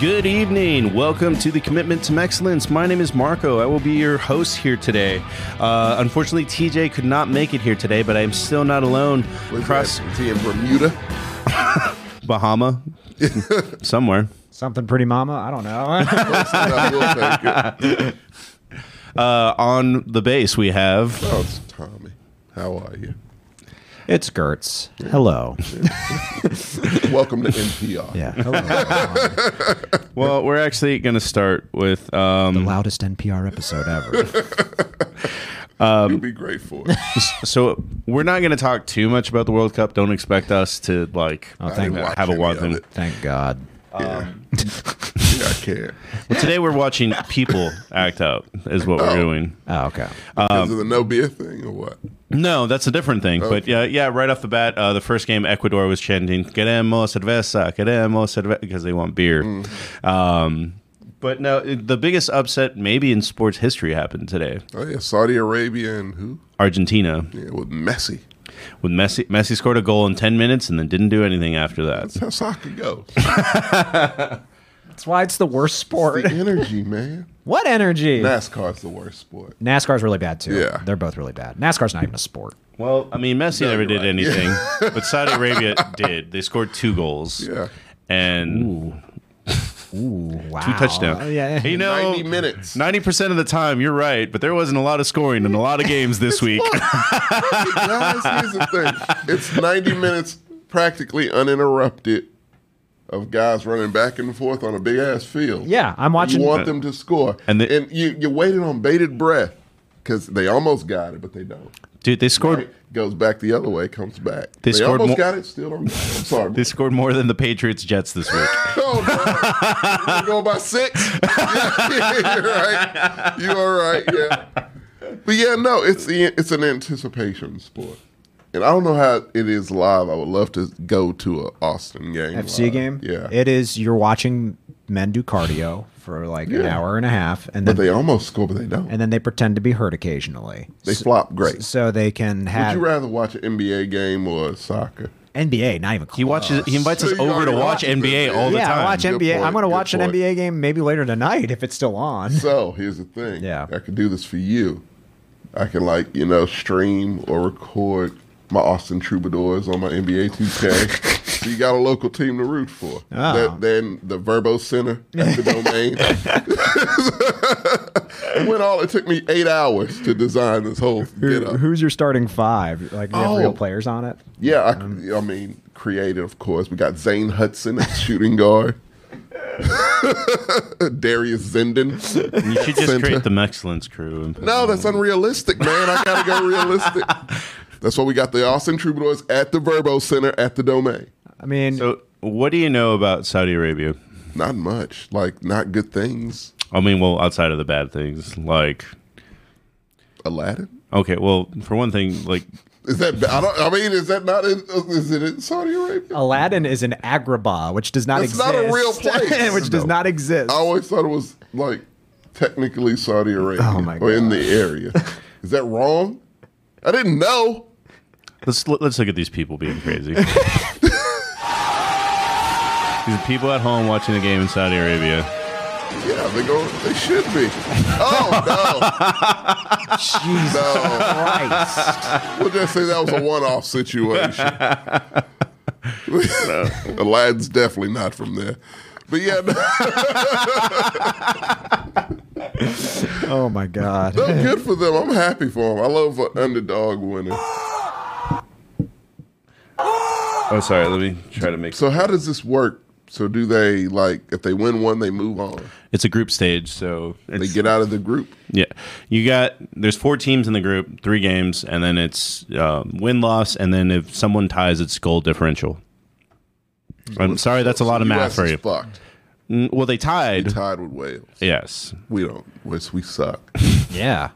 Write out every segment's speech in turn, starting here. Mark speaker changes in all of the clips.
Speaker 1: Good evening. Welcome to the Commitment to Excellence. My name is Marco. I will be your host here today. Uh, unfortunately, TJ could not make it here today, but I am still not alone.
Speaker 2: Where's
Speaker 1: Across
Speaker 2: that? Is he in Bermuda?
Speaker 1: Bahama, somewhere.
Speaker 3: Something pretty mama. I don't know.
Speaker 2: That's what I will take it.
Speaker 1: Uh, on the base, we have.
Speaker 2: Oh, it's Tommy. How are you?
Speaker 3: it's Gertz. Hello.
Speaker 2: Welcome to NPR.
Speaker 3: Yeah. Hello.
Speaker 1: Well, we're actually going to start with. Um,
Speaker 3: Loudest NPR episode ever.
Speaker 1: Um,
Speaker 2: You'll be great for it.
Speaker 1: so we're not going to talk too much about the World Cup. Don't expect us to like
Speaker 3: Oh, thank
Speaker 1: uh,
Speaker 3: God.
Speaker 1: have a Um,
Speaker 2: Watch
Speaker 1: watch.
Speaker 2: any of it.
Speaker 3: Thank God.
Speaker 2: Yeah, I can't.
Speaker 1: Well, today we're watching people act out. Is what we're doing.
Speaker 3: Oh, okay.
Speaker 2: Because
Speaker 1: Um,
Speaker 2: of the no beer thing or what?
Speaker 1: No, that's a different thing.
Speaker 2: Oh,
Speaker 1: But yeah, yeah. Right off the bat, uh, the first game, Ecuador was chanting "Queremos cerveza, queremos cerveza" because they want beer.
Speaker 2: Mm.
Speaker 1: Um, but no, it- the biggest upset maybe in sports history happened today.
Speaker 2: Oh, yeah. Saudi Arabia and who?
Speaker 1: Argentina
Speaker 2: Yeah, with Messi.
Speaker 1: with Messi. Messi scored a goal in ten minutes and then didn't do anything after that.
Speaker 2: That's how soccer goes.
Speaker 3: That's why it's the worst sport.
Speaker 2: the energy, man.
Speaker 3: what energy?
Speaker 2: NASCAR's the worst sport.
Speaker 3: NASCAR's really bad too.
Speaker 2: Yeah.
Speaker 3: They're both really bad. NASCAR's not even a sport.
Speaker 1: Well, I mean, Messi never
Speaker 2: you're
Speaker 1: did
Speaker 2: right.
Speaker 1: anything, but Saudi Arabia did. They scored two goals.
Speaker 2: Yeah.
Speaker 1: And
Speaker 3: Ooh, wow.
Speaker 1: two touchdowns.
Speaker 3: Oh, yeah.
Speaker 1: You know,
Speaker 2: 90 minutes.
Speaker 1: 90% of the time, you're right, but there wasn't a lot of scoring in a lot of games this week.
Speaker 2: Guys, here's the thing. It's 90 minutes practically uninterrupted of guys running back and forth on a big ass field.
Speaker 3: Yeah, I'm watching-
Speaker 2: You want them to score,
Speaker 1: And
Speaker 2: and,
Speaker 1: they-
Speaker 2: you you waited on bated breath because they almost got it, but they don't.
Speaker 1: Dude, they scored
Speaker 2: It goes back the other way, comes back.
Speaker 1: They
Speaker 2: They,
Speaker 1: scored
Speaker 2: almost
Speaker 1: more-
Speaker 2: got it, still don't. Got it. I'm sorry.
Speaker 1: they scored more than the Patriots Jets this week.
Speaker 2: oh, no. you going by six? Yeah, you're right. You all right? Yeah. But yeah, no, it's the it's an anticipation sport, and I don't know how it is live. I would love to go to a Austin game,
Speaker 3: FC
Speaker 2: live.
Speaker 3: game.
Speaker 2: Uh, Yeah,
Speaker 3: It is. You're watching men do cardio for like an
Speaker 2: Yeah.
Speaker 3: hour and a half, and
Speaker 2: but
Speaker 3: then
Speaker 2: they almost score, but they don't.
Speaker 3: and then they pretend to be hurt occasionally.
Speaker 2: they flop great.
Speaker 3: So they can
Speaker 2: would
Speaker 3: have
Speaker 2: you rather watch an NBA game or soccer?
Speaker 3: NBA. Not even. Close.
Speaker 1: He watches he invites us
Speaker 2: Uh, So you
Speaker 1: over to
Speaker 2: already
Speaker 1: watch
Speaker 2: watched it,
Speaker 1: NBA
Speaker 2: man.
Speaker 1: all the
Speaker 3: yeah,
Speaker 1: time.
Speaker 3: I watch
Speaker 2: Good
Speaker 3: NBA. I'm
Speaker 2: point,
Speaker 3: going to
Speaker 2: good
Speaker 3: watch an
Speaker 2: point.
Speaker 3: NBA game maybe later tonight if it's still on.
Speaker 2: So here's the thing.
Speaker 3: Yeah.
Speaker 2: I could do this for you. I can like you know stream or record my Austin Troubadours on my NBA 2K. so you got a local team to root for.
Speaker 3: Oh.
Speaker 2: That- then the Verbo Center at the domain. when all it took me eight hours to design this whole get up.
Speaker 3: who's your starting five? Like, do you have
Speaker 2: Oh.
Speaker 3: real players on it?
Speaker 2: Yeah, I,
Speaker 1: Um,
Speaker 2: I mean created of course. We got Zane Hudson at shooting guard. Darius Zenden.
Speaker 1: You should just
Speaker 2: Center.
Speaker 1: create the Excellence crew. And
Speaker 2: No, that's unrealistic, man. I gotta go realistic. That's why we got the Austin Troubadours at the Verbo Center at the Domain.
Speaker 3: I mean,
Speaker 1: So, what do you know about Saudi Arabia?
Speaker 2: Not much, like not good things.
Speaker 1: I mean, well, outside of the bad things, like
Speaker 2: Aladdin
Speaker 1: okay, well, for one thing, like
Speaker 2: is that? I don't. I mean, is that not in? Is it in Saudi Arabia?
Speaker 3: Aladdin is an Agrabah, which does not
Speaker 2: That's
Speaker 3: exist.
Speaker 2: not a real place.
Speaker 3: which does
Speaker 2: No. Oh,
Speaker 3: not exist.
Speaker 2: I always thought it was like technically Saudi Arabia
Speaker 3: Oh, my
Speaker 2: or in the area. Is that wrong? I didn't know.
Speaker 1: let's let's look at these people being crazy. these are people at home watching the game in Saudi Arabia.
Speaker 2: Yeah, they go. They should be. Oh
Speaker 3: Jesus Christ.
Speaker 2: no! We'll just say that was a one-off situation. Aladdin's definitely not from there. But yeah, no,
Speaker 3: Oh my God.
Speaker 2: no, good for them. I'm happy for them. I love an underdog winning.
Speaker 1: Oh, sorry. Let me try to make.
Speaker 2: So how does this work? So do they like if they win one, they move on.
Speaker 1: It's a group stage, so
Speaker 2: They
Speaker 1: it's,
Speaker 2: get out of the group.
Speaker 1: yeah. You got there's four teams in the group, three games, and then it's uh, win loss, and then if someone ties, it's goal differential. I'm sorry, that's a lot of math
Speaker 2: US
Speaker 1: for
Speaker 2: is
Speaker 1: you.
Speaker 2: Fucked.
Speaker 1: Mm, Well, they tied.
Speaker 2: Tied with Wales.
Speaker 1: Yes.
Speaker 2: We don't. We we suck.
Speaker 3: Yeah.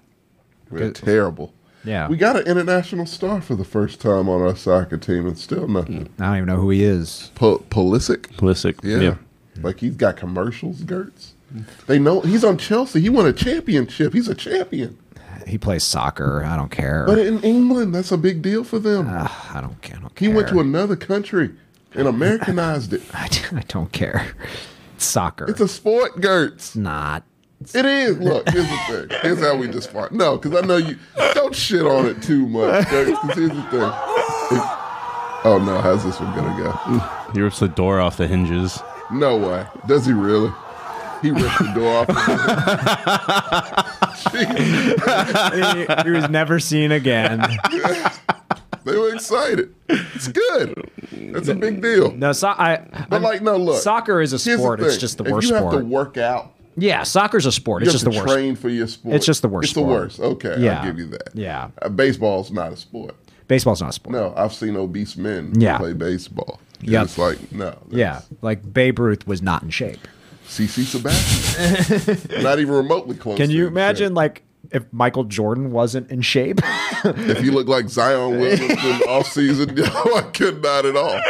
Speaker 2: We're terrible.
Speaker 3: Yeah.
Speaker 2: We got an international star for the first time on our soccer team, and still nothing.
Speaker 3: I don't even know who he is.
Speaker 2: Po- Pulisic.
Speaker 1: Pulisic.
Speaker 2: Yeah. Like he's got commercials, Gertz. They know he's on Chelsea. He won a championship. He's a champion.
Speaker 3: He plays soccer. I don't care.
Speaker 2: But in England, that's a big deal for them.
Speaker 3: Ugh, I don't care. I don't
Speaker 2: he
Speaker 3: care.
Speaker 2: went to another country and Americanized it.
Speaker 3: I don't care. It's soccer.
Speaker 2: It's a sport, Gertz.
Speaker 3: not.
Speaker 2: It is. Look, here's the thing. Here's how we just fought. No, because I know you don't shit on it too much. Because here's the thing. If- oh no, how's this one gonna go?
Speaker 1: He rips the door off the hinges.
Speaker 2: No way. Does he really? He ripped the door off. Jeez,
Speaker 3: he, he was never seen again.
Speaker 2: they were excited. It's good. That's a big deal.
Speaker 3: No, so- I,
Speaker 2: But like, no, look.
Speaker 3: Soccer is a
Speaker 2: Here's the
Speaker 3: sport. It's
Speaker 2: thing.
Speaker 3: just the
Speaker 2: If
Speaker 3: worst
Speaker 2: you have to
Speaker 3: sport.
Speaker 2: work out.
Speaker 3: yeah, soccer's a sport.
Speaker 2: You
Speaker 3: It's
Speaker 2: have
Speaker 3: just the
Speaker 2: to
Speaker 3: worst.
Speaker 2: train for your sport.
Speaker 3: It's just the worst
Speaker 2: It's the
Speaker 3: sport.
Speaker 2: worst. Okay,
Speaker 3: Yeah.
Speaker 2: I'll give you that.
Speaker 3: Yeah.
Speaker 2: Uh, baseball's not a sport.
Speaker 3: Baseball's not a sport.
Speaker 2: No, I've seen obese men
Speaker 3: Yeah.
Speaker 2: play baseball.
Speaker 3: Yep.
Speaker 2: Yeah, it's like no. that's-
Speaker 3: Yeah, like Babe Ruth was not in shape.
Speaker 2: CC Sabathia, not even remotely close.
Speaker 3: Can
Speaker 2: to
Speaker 3: you
Speaker 2: it.
Speaker 3: imagine like if Michael Jordan wasn't in shape?
Speaker 2: if you look like Zion Williamson off season? No, I could not at all.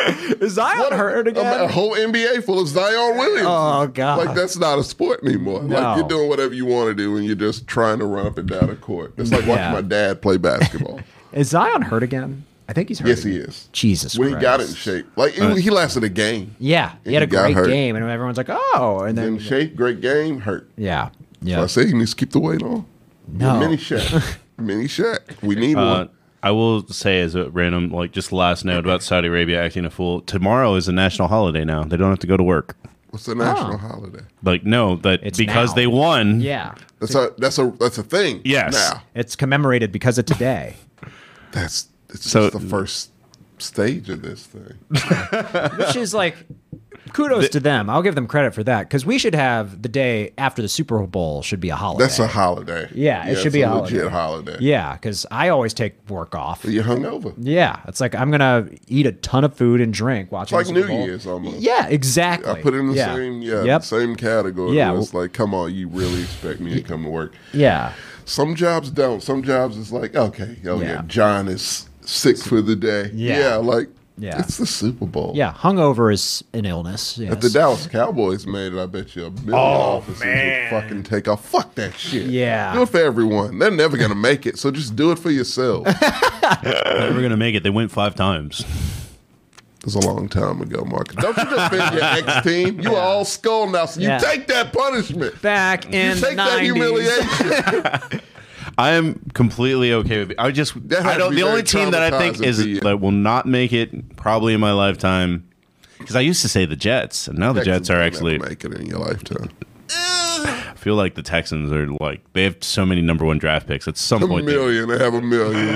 Speaker 3: Is Zion hurt
Speaker 2: A, a
Speaker 3: again?
Speaker 2: whole NBA full of Zion Williams.
Speaker 3: Oh, God.
Speaker 2: Like that's not a sport anymore.
Speaker 3: No.
Speaker 2: Like you're doing whatever you want to do, and you're just trying to run up and down a court. It's like
Speaker 3: Yeah.
Speaker 2: watching my dad play basketball.
Speaker 3: Is Zion hurt again? I think he's hurt.
Speaker 2: oh. yes, he
Speaker 3: again.
Speaker 2: is.
Speaker 3: Jesus
Speaker 2: when
Speaker 3: Christ. Uh.
Speaker 2: he got in shape, like he- he lasted a game.
Speaker 3: Yeah, he
Speaker 2: And
Speaker 3: had a
Speaker 2: he got
Speaker 3: great
Speaker 2: hurt.
Speaker 3: game, and everyone's like, "Oh," and
Speaker 2: In
Speaker 3: then
Speaker 2: shape, great game, hurt.
Speaker 3: yeah,
Speaker 2: So
Speaker 3: yeah.
Speaker 2: I say he needs to keep the weight on.
Speaker 3: No.
Speaker 2: Mini Shaq. Mini Shaq. We need
Speaker 1: Uh,
Speaker 2: one.
Speaker 1: I will say as a random, like just last note about Saudi Arabia acting a fool. Tomorrow is a national holiday now. They don't have to go to work.
Speaker 2: What's the
Speaker 3: oh.
Speaker 2: national holiday?
Speaker 1: Like no, that
Speaker 3: It's
Speaker 1: because
Speaker 3: now.
Speaker 1: they won.
Speaker 3: Yeah,
Speaker 2: That's a that's a that's a thing.
Speaker 1: Yes.
Speaker 2: Now
Speaker 3: it's commemorated because of today.
Speaker 2: that's it's
Speaker 1: So-
Speaker 2: just the first stage of this thing.
Speaker 3: which is like kudos to them. I'll give them credit for that because we should have the day after the Super Bowl should be a holiday.
Speaker 2: That's a holiday.
Speaker 3: Yeah, it should
Speaker 2: it's
Speaker 3: be a
Speaker 2: legit holiday.
Speaker 3: yeah, because I always take work off.
Speaker 2: You're hungover.
Speaker 3: Yeah, it's like I'm gonna eat a ton of food and drink watching
Speaker 2: It's
Speaker 3: the
Speaker 2: like
Speaker 3: Super
Speaker 2: New
Speaker 3: Bowl.
Speaker 2: Year's almost.
Speaker 3: Yeah, exactly.
Speaker 2: I put it in the
Speaker 3: yeah.
Speaker 2: same yeah
Speaker 3: Yep.
Speaker 2: same category.
Speaker 3: Yeah,
Speaker 2: Yeah, it's like come on, you really expect me to come to work?
Speaker 3: Yeah,
Speaker 2: Some jobs don't. Some jobs it's like okay, oh yeah,
Speaker 3: Yeah.
Speaker 2: John is sick for the day.
Speaker 3: Yeah.
Speaker 2: like
Speaker 3: Yeah.
Speaker 2: it's the Super Bowl.
Speaker 3: yeah. Hungover is an illness. Yes.
Speaker 2: If the Dallas Cowboys made it, I bet you a million
Speaker 1: Oh,
Speaker 2: officers would fucking take off. Fuck that shit.
Speaker 3: Yeah.
Speaker 2: Do it for everyone. They're never gonna make it, so just do it for yourself.
Speaker 1: They were gonna make it. They went five times.
Speaker 2: It was a long time ago, Marcus. Don't you defend your ex team? You are all skull now, so you
Speaker 3: Yeah.
Speaker 2: take that punishment.
Speaker 3: Back in
Speaker 2: Take
Speaker 3: the
Speaker 2: that
Speaker 3: 90s.
Speaker 2: humiliation.
Speaker 1: I am completely okay with. I just
Speaker 2: That had
Speaker 1: I
Speaker 2: to
Speaker 1: don't.
Speaker 2: be
Speaker 1: The
Speaker 2: very
Speaker 1: only team that I think
Speaker 2: traumatizing
Speaker 1: is
Speaker 2: for you.
Speaker 1: that will not make it probably in my lifetime because I used to say the Jets and now the Jets are
Speaker 2: Never
Speaker 1: actually.
Speaker 2: make it in your lifetime.
Speaker 1: I feel like the Texans are like they have so many number one draft picks at some
Speaker 2: A
Speaker 1: point. they-
Speaker 2: million, they have a million.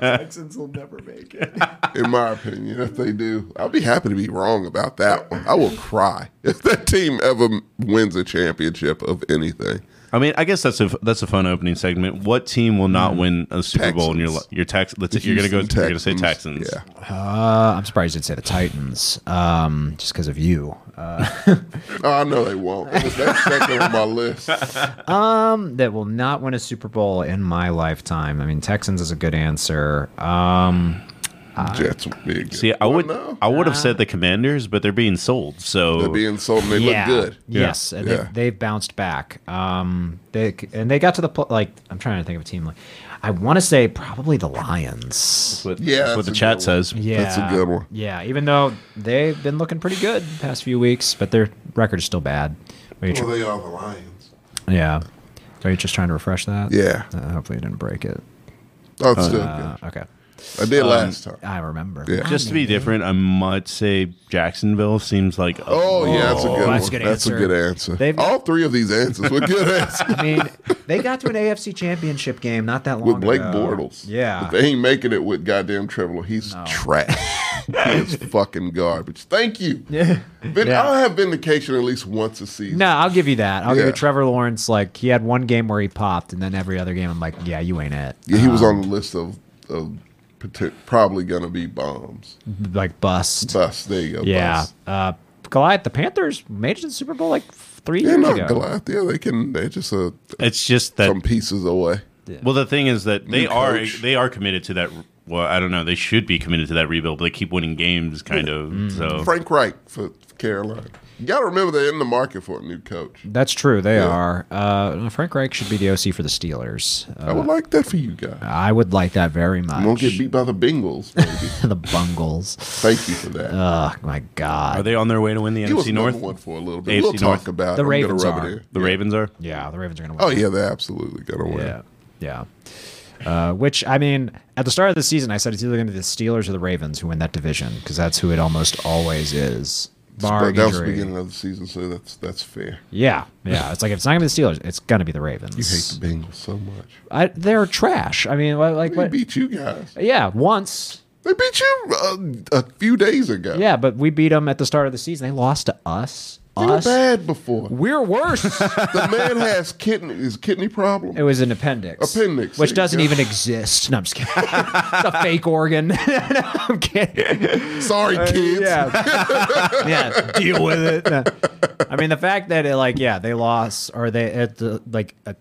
Speaker 3: Texans will never make it.
Speaker 2: in my opinion, if they do, I'll be happy to be wrong about that one. I will cry if that team ever wins a championship of anything.
Speaker 1: I mean, I guess that's a that's a fun opening segment. What team will not win a Super Bowl in your li-
Speaker 2: Mm. Texans.
Speaker 1: your tax? Let's, you're gonna go.
Speaker 2: Houston
Speaker 1: You're gonna say Texans.
Speaker 2: Yeah.
Speaker 3: Uh, I'm surprised you didn't say the Titans, um, just because of you. Uh,
Speaker 2: Oh, I know they won't. That's second on my list.
Speaker 3: um, that will not win a Super Bowl in my lifetime. I mean, Texans is a good answer. Um,
Speaker 2: Jets would be a good.
Speaker 1: See, I
Speaker 2: one,
Speaker 1: would
Speaker 2: though.
Speaker 1: I would have said the Commanders, but they're being sold. So
Speaker 2: They're being sold. and They
Speaker 3: yeah,
Speaker 2: look good.
Speaker 3: yes, and
Speaker 2: Yeah.
Speaker 3: They've, they've bounced back. Um, they and they got to the pl- like. I'm trying to think of a team like. I want to say probably the Lions.
Speaker 1: that's what,
Speaker 2: Yeah,
Speaker 1: that's what
Speaker 2: that's
Speaker 1: the
Speaker 2: a
Speaker 1: chat
Speaker 2: good one.
Speaker 1: says.
Speaker 3: Yeah,
Speaker 2: That's a good one.
Speaker 3: Yeah, even though they've been looking pretty good the past few weeks, but their record is still bad. Are you tr-
Speaker 2: Well, Oh, they are the Lions.
Speaker 3: yeah. Are you just trying to refresh that?
Speaker 2: Yeah.
Speaker 3: Uh, hopefully you didn't break it.
Speaker 2: Oh, it's still
Speaker 3: Uh, okay.
Speaker 2: good. I did last
Speaker 1: um,
Speaker 2: time.
Speaker 3: I remember.
Speaker 2: Yeah.
Speaker 1: Just to be different, I might say Jacksonville seems like a-
Speaker 2: Oh, yeah, that's a good
Speaker 3: that's
Speaker 2: one.
Speaker 3: a good
Speaker 2: that's
Speaker 3: answer.
Speaker 2: a good answer.
Speaker 3: They've-
Speaker 2: All three of these answers were good answers.
Speaker 3: I mean, they got to an AFC championship game not that long
Speaker 2: With Blake
Speaker 3: ago.
Speaker 2: Bortles.
Speaker 3: Yeah.
Speaker 2: But They ain't making it with goddamn Trevor. He's trash. he is fucking garbage. Thank you.
Speaker 3: Yeah.
Speaker 2: Vin-
Speaker 3: Yeah.
Speaker 2: I'll have vindication at least once a season.
Speaker 3: No, I'll give you that. I'll give
Speaker 2: Yeah.
Speaker 3: you Trevor Lawrence. Like he had one game where he popped, and then every other game, I'm like, yeah, you ain't it.
Speaker 2: Yeah, he was on the list of, of potent- probably going to be bombs.
Speaker 3: Like bust.
Speaker 2: Bust. There you go.
Speaker 3: yeah.
Speaker 2: Bust.
Speaker 3: Uh, Goliath, the Panthers made it to the Super Bowl like three
Speaker 2: They're
Speaker 3: years
Speaker 2: not
Speaker 3: ago.
Speaker 2: Goliath. Yeah, they can. They're just uh,
Speaker 1: It's just that.
Speaker 2: some pieces away.
Speaker 1: Well, the thing is that they
Speaker 2: New
Speaker 1: are
Speaker 2: coach.
Speaker 1: they are committed to that. Well, I don't know. They Mm. should be committed to that rebuild, but they keep winning games, kind of. So
Speaker 2: Frank Reich for Carolina. You got to remember they're in the market for a new coach.
Speaker 3: That's true. They are. Uh, Frank Reich should be the OC for the Steelers.
Speaker 2: I
Speaker 3: Uh,
Speaker 2: would like that for you guys.
Speaker 3: I would like that very much.
Speaker 2: Won't get beat by the Bengals. Baby.
Speaker 3: the Bungles.
Speaker 2: Thank you for that.
Speaker 3: Oh my
Speaker 1: Are
Speaker 3: God.
Speaker 1: they on their way to win the
Speaker 2: he was
Speaker 1: NFC
Speaker 2: number
Speaker 1: North?
Speaker 2: one for a little bit.
Speaker 1: AFC
Speaker 2: we'll
Speaker 1: North.
Speaker 2: talk about it.
Speaker 3: The
Speaker 2: I'm gonna
Speaker 3: Ravens
Speaker 2: rub
Speaker 3: are.
Speaker 2: it in.
Speaker 1: The Ravens are.
Speaker 3: yeah, the Ravens are going to
Speaker 2: Oh
Speaker 3: win.
Speaker 2: yeah, they absolutely got to win.
Speaker 3: Yeah. Yeah. Uh, which I mean, at the start of the season, I said it's either going to be the Steelers or the Ravens who win that division because that's who it almost always is. Bar
Speaker 2: But that was the
Speaker 3: injury.
Speaker 2: beginning of the season, so that's that's fair.
Speaker 3: Yeah, yeah. It's like if it's not going to be the Steelers, it's going to be the Ravens.
Speaker 2: You hate the Bengals so much.
Speaker 3: I, they're trash. I mean, li- like
Speaker 2: They
Speaker 3: what?
Speaker 2: beat you guys.
Speaker 3: Yeah, once.
Speaker 2: They beat you uh, a few days ago.
Speaker 3: Yeah, but we beat them at the start of the season. They lost to us.
Speaker 2: they were
Speaker 3: Us.
Speaker 2: bad before.
Speaker 3: We're worse.
Speaker 2: the man has kidney is kidney problem.
Speaker 3: it was an appendix.
Speaker 2: Appendix,
Speaker 3: Which
Speaker 2: there you
Speaker 3: doesn't
Speaker 2: go.
Speaker 3: even exist. No, I'm just kidding. it's a fake organ. No, I'm kidding.
Speaker 2: Sorry, kids.
Speaker 3: Uh, Yeah. yeah. Deal with it. No. I mean, the fact that it, like, yeah, they lost or they at the like uh,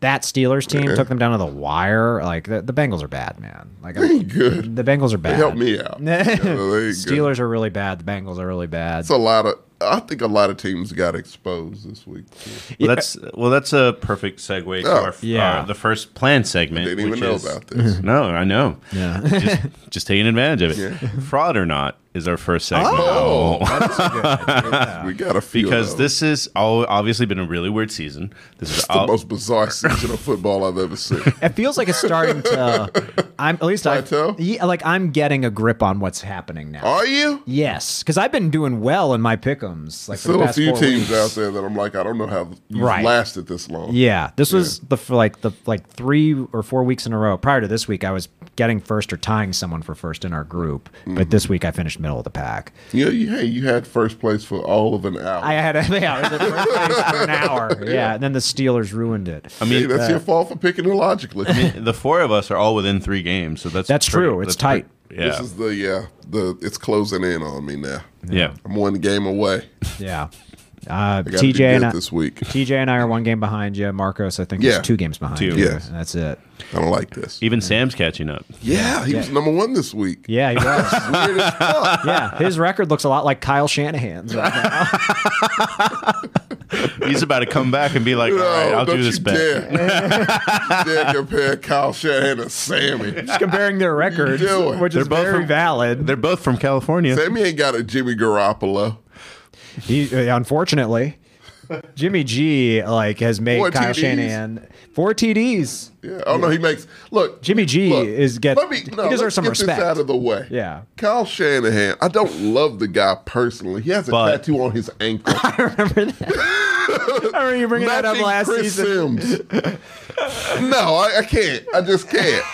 Speaker 3: that Steelers team took them down to the wire. Like the, the Bengals are bad, man. Like
Speaker 2: They ain't good.
Speaker 3: the Bengals are bad.
Speaker 2: Help me out. Yeah, they ain't good.
Speaker 3: Steelers are really bad. The Bengals are really bad.
Speaker 2: It's a lot of. I think a lot of teams got exposed this week. too.
Speaker 1: Well, that's well, that's a perfect segue to
Speaker 2: Oh.
Speaker 1: our,
Speaker 3: Yeah.
Speaker 1: our- the first plan segment.
Speaker 2: They didn't even
Speaker 1: which
Speaker 2: know
Speaker 1: is-
Speaker 2: about this.
Speaker 1: No, I know.
Speaker 3: Yeah.
Speaker 1: just, just taking advantage of it. Fraud or not is our first segment.
Speaker 2: Oh, we got a few
Speaker 1: Because
Speaker 2: of them.
Speaker 1: this is all obviously been a really weird season. This is
Speaker 2: It's the
Speaker 1: all,
Speaker 2: most bizarre season of football I've ever seen.
Speaker 3: It feels like it's starting to. I'm at least I.
Speaker 2: Plateau?
Speaker 3: Yeah, like I'm getting a grip on what's happening now.
Speaker 2: Are you?
Speaker 3: Yes, because I've been doing well in my pickums. Like for
Speaker 2: Still
Speaker 3: the
Speaker 2: a
Speaker 3: past
Speaker 2: few
Speaker 3: four
Speaker 2: teams
Speaker 3: weeks.
Speaker 2: out there that I'm like, I don't know how you
Speaker 3: Right.
Speaker 2: lasted this long.
Speaker 3: Yeah, this was the f- like the like three or four weeks in a row. Prior to this week, I was getting first or tying someone for first in our group, but
Speaker 2: Mm-hmm.
Speaker 3: this week I finished middle of the pack.
Speaker 2: You know, you, hey, you had first place for all of an hour.
Speaker 3: I had a, yeah, I was at first place for an hour. Yeah, and then the Steelers ruined it.
Speaker 1: I
Speaker 2: hey,
Speaker 1: mean,
Speaker 3: uh,
Speaker 2: that's your fault for picking illogically.
Speaker 1: the four of us are all within three games, so that's
Speaker 3: That's
Speaker 1: pretty-
Speaker 3: true. It's
Speaker 1: that's pretty-
Speaker 3: tight.
Speaker 1: yeah,
Speaker 2: This is the yeah, the it's closing in on me now.
Speaker 1: yeah.
Speaker 2: I'm one game away.
Speaker 3: Yeah, uh,
Speaker 2: I gotta do
Speaker 3: TJ and
Speaker 2: good
Speaker 3: I,
Speaker 2: this week.
Speaker 3: TJ and I are one game behind you. Marcos, I think,
Speaker 2: Yeah.
Speaker 3: is two games behind
Speaker 1: Two.
Speaker 3: you.
Speaker 2: Yes.
Speaker 3: And that's it.
Speaker 2: I don't like this.
Speaker 1: Even Sam's catching up.
Speaker 2: Yeah, he was number one this week.
Speaker 3: Yeah, he was.
Speaker 2: Weird as fuck.
Speaker 3: yeah, his record looks a lot like Kyle Shanahan's. Right now.
Speaker 1: He's about to come back and be like, "All right,
Speaker 2: No,
Speaker 1: I'll
Speaker 2: don't
Speaker 1: do this
Speaker 2: you
Speaker 1: bet."
Speaker 2: dare. Don't you dare compare Kyle Shanahan to Sammy.
Speaker 3: Just comparing their records,
Speaker 2: doing?
Speaker 3: which
Speaker 1: They're
Speaker 3: is
Speaker 1: both
Speaker 3: very
Speaker 1: from-
Speaker 3: valid.
Speaker 1: They're both from California.
Speaker 2: Sammy ain't got a Jimmy Garoppolo.
Speaker 3: He uh, unfortunately, Jimmy G like has made
Speaker 2: Four
Speaker 3: Kyle
Speaker 2: TDs.
Speaker 3: Shanahan four TDs.
Speaker 2: Yeah. Oh no, he makes look.
Speaker 3: Jimmy G
Speaker 2: look,
Speaker 3: is get
Speaker 2: Let me no,
Speaker 3: he deserves
Speaker 2: let's
Speaker 3: some
Speaker 2: get
Speaker 3: respect.
Speaker 2: this out of the way.
Speaker 3: yeah,
Speaker 2: Kyle Shanahan, I don't love the guy personally. He has a
Speaker 1: But-
Speaker 2: tattoo on his ankle.
Speaker 3: I remember you bringing that up
Speaker 2: Matching
Speaker 3: last
Speaker 2: Chris
Speaker 3: season.
Speaker 2: Sims. no, I, I can't. I just can't.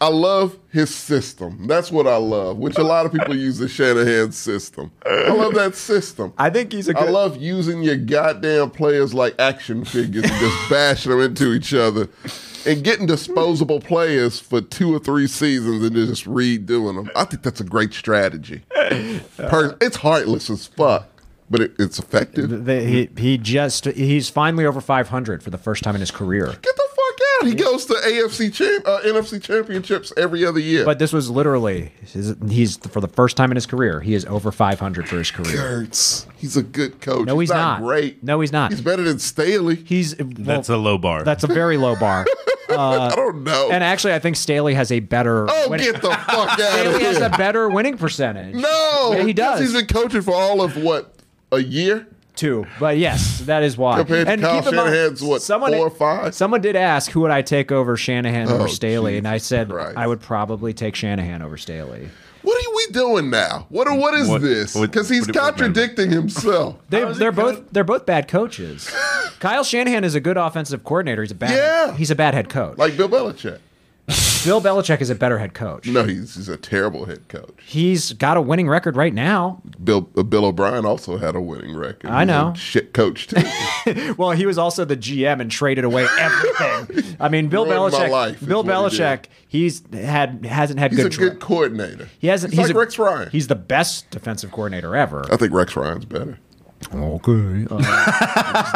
Speaker 2: I love his system. That's what I love, which a lot of people use the Shanahan system. I love that system. I,
Speaker 3: I think he's a good.
Speaker 2: love using your goddamn players like action figures and just bashing them into each other and getting disposable players for two or three seasons and then just redoing them. I think that's a great strategy. Per- it's heartless as fuck, but it, it's effective.
Speaker 3: the- he he just he's finally over 500 for the first time in his career.
Speaker 2: Get the fuck out! He goes to AFC champ, uh, NFC championships every other year.
Speaker 3: But this was literally his, he's for the first time in his career he is over 500 for his career.
Speaker 2: Hurts. He's a good coach.
Speaker 3: No, he's not.
Speaker 2: great.
Speaker 3: No, he's not.
Speaker 2: He's better than Staley.
Speaker 3: He's well,
Speaker 1: That's a low bar.
Speaker 3: that's a very low bar.
Speaker 2: I don't know.
Speaker 3: Uh, and actually, I think Staley has a better.
Speaker 2: oh,
Speaker 3: win-
Speaker 2: get the fuck out of
Speaker 3: Staley has
Speaker 2: here!
Speaker 3: a better winning percentage.
Speaker 2: no,
Speaker 3: Yeah, he does.
Speaker 2: He's been coaching for all of what a year.
Speaker 3: Two, but yes, that is why.
Speaker 2: Compared to Kyle
Speaker 3: keep in mind,
Speaker 2: Shanahan's, what, four or five?
Speaker 3: Someone did ask who would I take over Shanahan
Speaker 2: Oh,
Speaker 3: over Staley, and I
Speaker 2: Jesus
Speaker 3: said
Speaker 2: Christ.
Speaker 3: I would probably take Shanahan over Staley.
Speaker 2: What are we doing now? What what is
Speaker 1: What-
Speaker 2: this?
Speaker 1: what-
Speaker 2: Because he's
Speaker 1: what- what-
Speaker 2: contradicting himself.
Speaker 3: They,
Speaker 1: is it
Speaker 3: they're both
Speaker 1: good?
Speaker 3: they're both bad coaches. Kyle Shanahan is a good offensive coordinator. He's a bad
Speaker 2: Yeah.
Speaker 3: he's a bad head coach.
Speaker 2: Like Bill Belichick.
Speaker 3: Bill Belichick is a better head coach.
Speaker 2: No, he's, he's a terrible head coach.
Speaker 3: He's got a winning record right now.
Speaker 2: Bill uh, Bill O'Brien also had a winning record.
Speaker 3: I
Speaker 2: He's a
Speaker 3: know.
Speaker 2: shit coach too.
Speaker 3: Well, he was also the GM and traded away everything. I mean, Bill
Speaker 2: Ruined my
Speaker 3: Belichick.
Speaker 2: life is
Speaker 3: Bill
Speaker 2: what he did.
Speaker 3: Belichick. He's had hasn't had
Speaker 2: He's
Speaker 3: good.
Speaker 2: a
Speaker 3: tra-
Speaker 2: good coordinator.
Speaker 3: He hasn't.
Speaker 2: He's,
Speaker 3: He's,
Speaker 2: like
Speaker 3: a-
Speaker 2: Rex Ryan.
Speaker 3: He's the best defensive coordinator
Speaker 2: I
Speaker 1: Oh,
Speaker 3: ever.
Speaker 2: think Rex Ryan's better.
Speaker 3: Okay.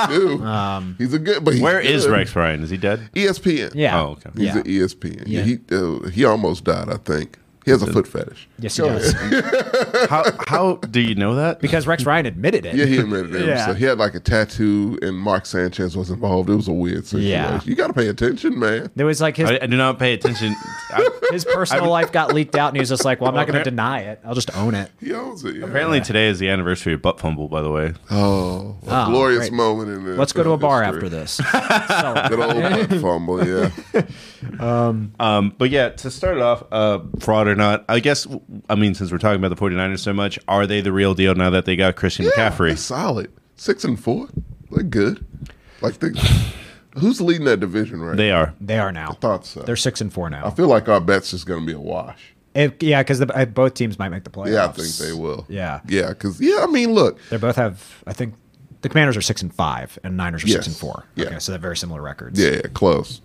Speaker 2: Dude,
Speaker 3: Um,
Speaker 2: he's a good. But he's
Speaker 1: Where is
Speaker 2: good. E
Speaker 1: Rex Ryan? Is he dead?
Speaker 2: ESPN.
Speaker 3: yeah.
Speaker 1: Oh, okay.
Speaker 2: he's
Speaker 3: Yeah.
Speaker 2: at E ESPN.
Speaker 3: Yeah.
Speaker 2: He uh, he almost died, I think. He has a foot fetish.
Speaker 3: Yes, he does.
Speaker 1: How how do you know that?
Speaker 3: because Rex Ryan admitted it.
Speaker 2: Yeah, he admitted it.
Speaker 3: Yeah.
Speaker 2: So he had like a tattoo, and Mark Sanchez was involved. It was a weird situation.
Speaker 3: Yeah.
Speaker 2: You got to pay attention, man.
Speaker 3: There was like his
Speaker 1: I, I do not pay attention. I-
Speaker 3: his personal life got leaked out, and he was just like, "Well, I'm not going
Speaker 1: appar-
Speaker 3: to deny it. I'll just own it."
Speaker 2: He owns it. yeah.
Speaker 1: apparently today is the anniversary of butt fumble. By the way,
Speaker 2: Oh, a
Speaker 3: Oh,
Speaker 2: glorious
Speaker 3: great.
Speaker 2: moment in this.
Speaker 3: Let's go to a bar after
Speaker 2: history.
Speaker 3: this. Celebrate.
Speaker 2: Good old butt fumble, yeah.
Speaker 1: um, but yeah, to start it off, uh, fraud or not, I guess. I mean, since we're talking about the 49ers so much, are they the real deal now that they got Christian
Speaker 2: They're
Speaker 1: McCaffrey?
Speaker 2: solid. Six and four. They're good. Like they, who's leading that division right
Speaker 1: They are.
Speaker 3: They are now.
Speaker 2: now? I thought so.
Speaker 3: They're six and four
Speaker 2: I
Speaker 3: now.
Speaker 2: feel like our bet's just gonna be a wash.
Speaker 3: If- yeah, because both teams might make the playoffs.
Speaker 2: Yeah, I think they will.
Speaker 3: Yeah.
Speaker 2: Yeah, because yeah, I mean look.
Speaker 3: They both have. I think the Commanders are six and five, and Niners are
Speaker 2: Yes.
Speaker 3: six and four.
Speaker 2: Yeah.
Speaker 3: Okay, so they're very similar records.
Speaker 2: Yeah, yeah, close.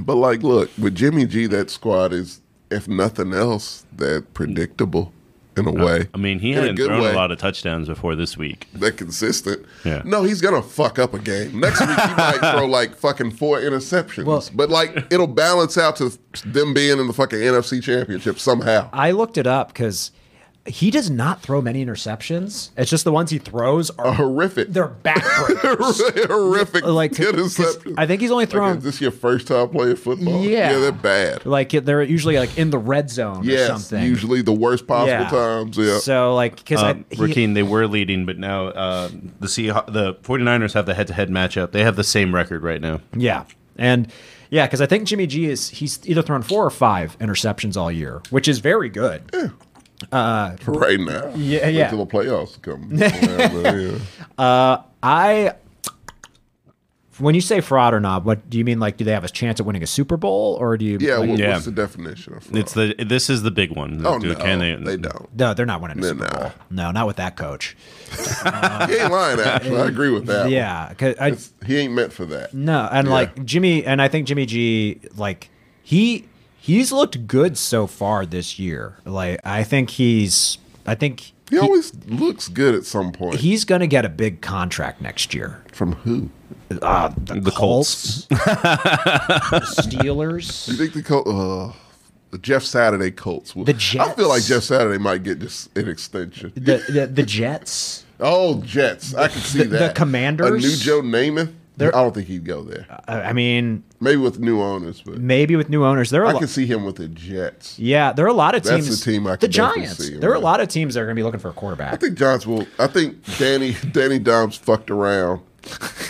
Speaker 2: But like look, with Jimmy G that squad is, if nothing else, that predictable in
Speaker 3: Uh,
Speaker 2: a way.
Speaker 1: I mean, he
Speaker 2: In a
Speaker 1: hadn't
Speaker 2: good
Speaker 1: thrown
Speaker 2: way.
Speaker 1: a lot of touchdowns before this week.
Speaker 2: that consistent.
Speaker 1: Yeah.
Speaker 2: No, he's gonna fuck up a game. Next week he might throw like fucking four interceptions.
Speaker 3: Well-
Speaker 2: but like it'll balance out to them being in the fucking NFC championship somehow.
Speaker 3: I looked it up because he does not throw many interceptions. It's just the ones he throws are
Speaker 2: horrific.
Speaker 3: They're backbreakers.
Speaker 2: horrific
Speaker 3: like 'cause- 'cause
Speaker 2: interceptions.
Speaker 3: I think he's only
Speaker 2: Like,
Speaker 3: thrown.
Speaker 2: is this your first time playing football?
Speaker 3: Yeah.
Speaker 2: Yeah, they're bad.
Speaker 3: like they're usually like in the red zone or
Speaker 2: Yes,
Speaker 3: something.
Speaker 2: usually the worst possible times. Yeah.
Speaker 3: So like because
Speaker 1: Um, Rakeen, they were leading, but now uh, the Seah- the 49ers have the head-to-head matchup. They have the same record right now.
Speaker 3: yeah, and yeah, because I think Jimmy G is he's either thrown four or five interceptions all year, which is very good.
Speaker 2: right now.
Speaker 3: Yeah,
Speaker 2: Wait
Speaker 3: yeah.
Speaker 2: Till the playoffs come. around, but, yeah.
Speaker 3: I when you say fraud or not, what do you mean? Like, do they have a chance at winning a Super Bowl, or do you?
Speaker 2: Yeah,
Speaker 3: like,
Speaker 2: what-
Speaker 1: Yeah.
Speaker 2: What's the definition of fraud?
Speaker 1: It's the this is the big one.
Speaker 2: oh
Speaker 1: Do-
Speaker 2: no,
Speaker 1: can
Speaker 2: they, don't.
Speaker 3: no, they're not winning a
Speaker 2: They're
Speaker 3: Super
Speaker 2: not.
Speaker 3: Bowl. No, not with that coach.
Speaker 2: He ain't lying. Actually, I agree with that. one.
Speaker 3: Yeah, 'cause I,
Speaker 2: It's- he ain't meant for that.
Speaker 3: No, and
Speaker 2: Yeah.
Speaker 3: like Jimmy, and I think Jimmy G, like he he's looked good so far this year. Like I think he's, I think
Speaker 2: He always looks good at some point.
Speaker 3: he's gonna get a big contract next year.
Speaker 2: From who?
Speaker 3: Uh, the,
Speaker 1: The Colts.
Speaker 3: the Steelers.
Speaker 2: You think the Colts? Uh, the Jeff Saturday Colts. Will,
Speaker 3: The
Speaker 2: I feel like
Speaker 3: Jets.
Speaker 2: Jeff Saturday might get just an extension.
Speaker 3: The, the the Jets.
Speaker 2: Oh, Jets. I can see
Speaker 3: the- the
Speaker 2: that. A
Speaker 3: Commanders?
Speaker 2: new Joe Namath. I don't think he'd go there.
Speaker 3: Uh, I mean,
Speaker 2: Maybe with new owners, but
Speaker 3: maybe with new owners, there are. a
Speaker 2: I
Speaker 3: lo-
Speaker 2: can see him with the Jets.
Speaker 3: yeah, there are a lot of
Speaker 2: That's
Speaker 3: teams.
Speaker 2: a team I
Speaker 3: the
Speaker 2: could definitely
Speaker 3: Giants.
Speaker 2: see,
Speaker 3: there are a
Speaker 2: man.
Speaker 3: lot of teams that are going to be looking for a quarterback.
Speaker 2: I think Johns will. I think Danny Danny Dimes fucked around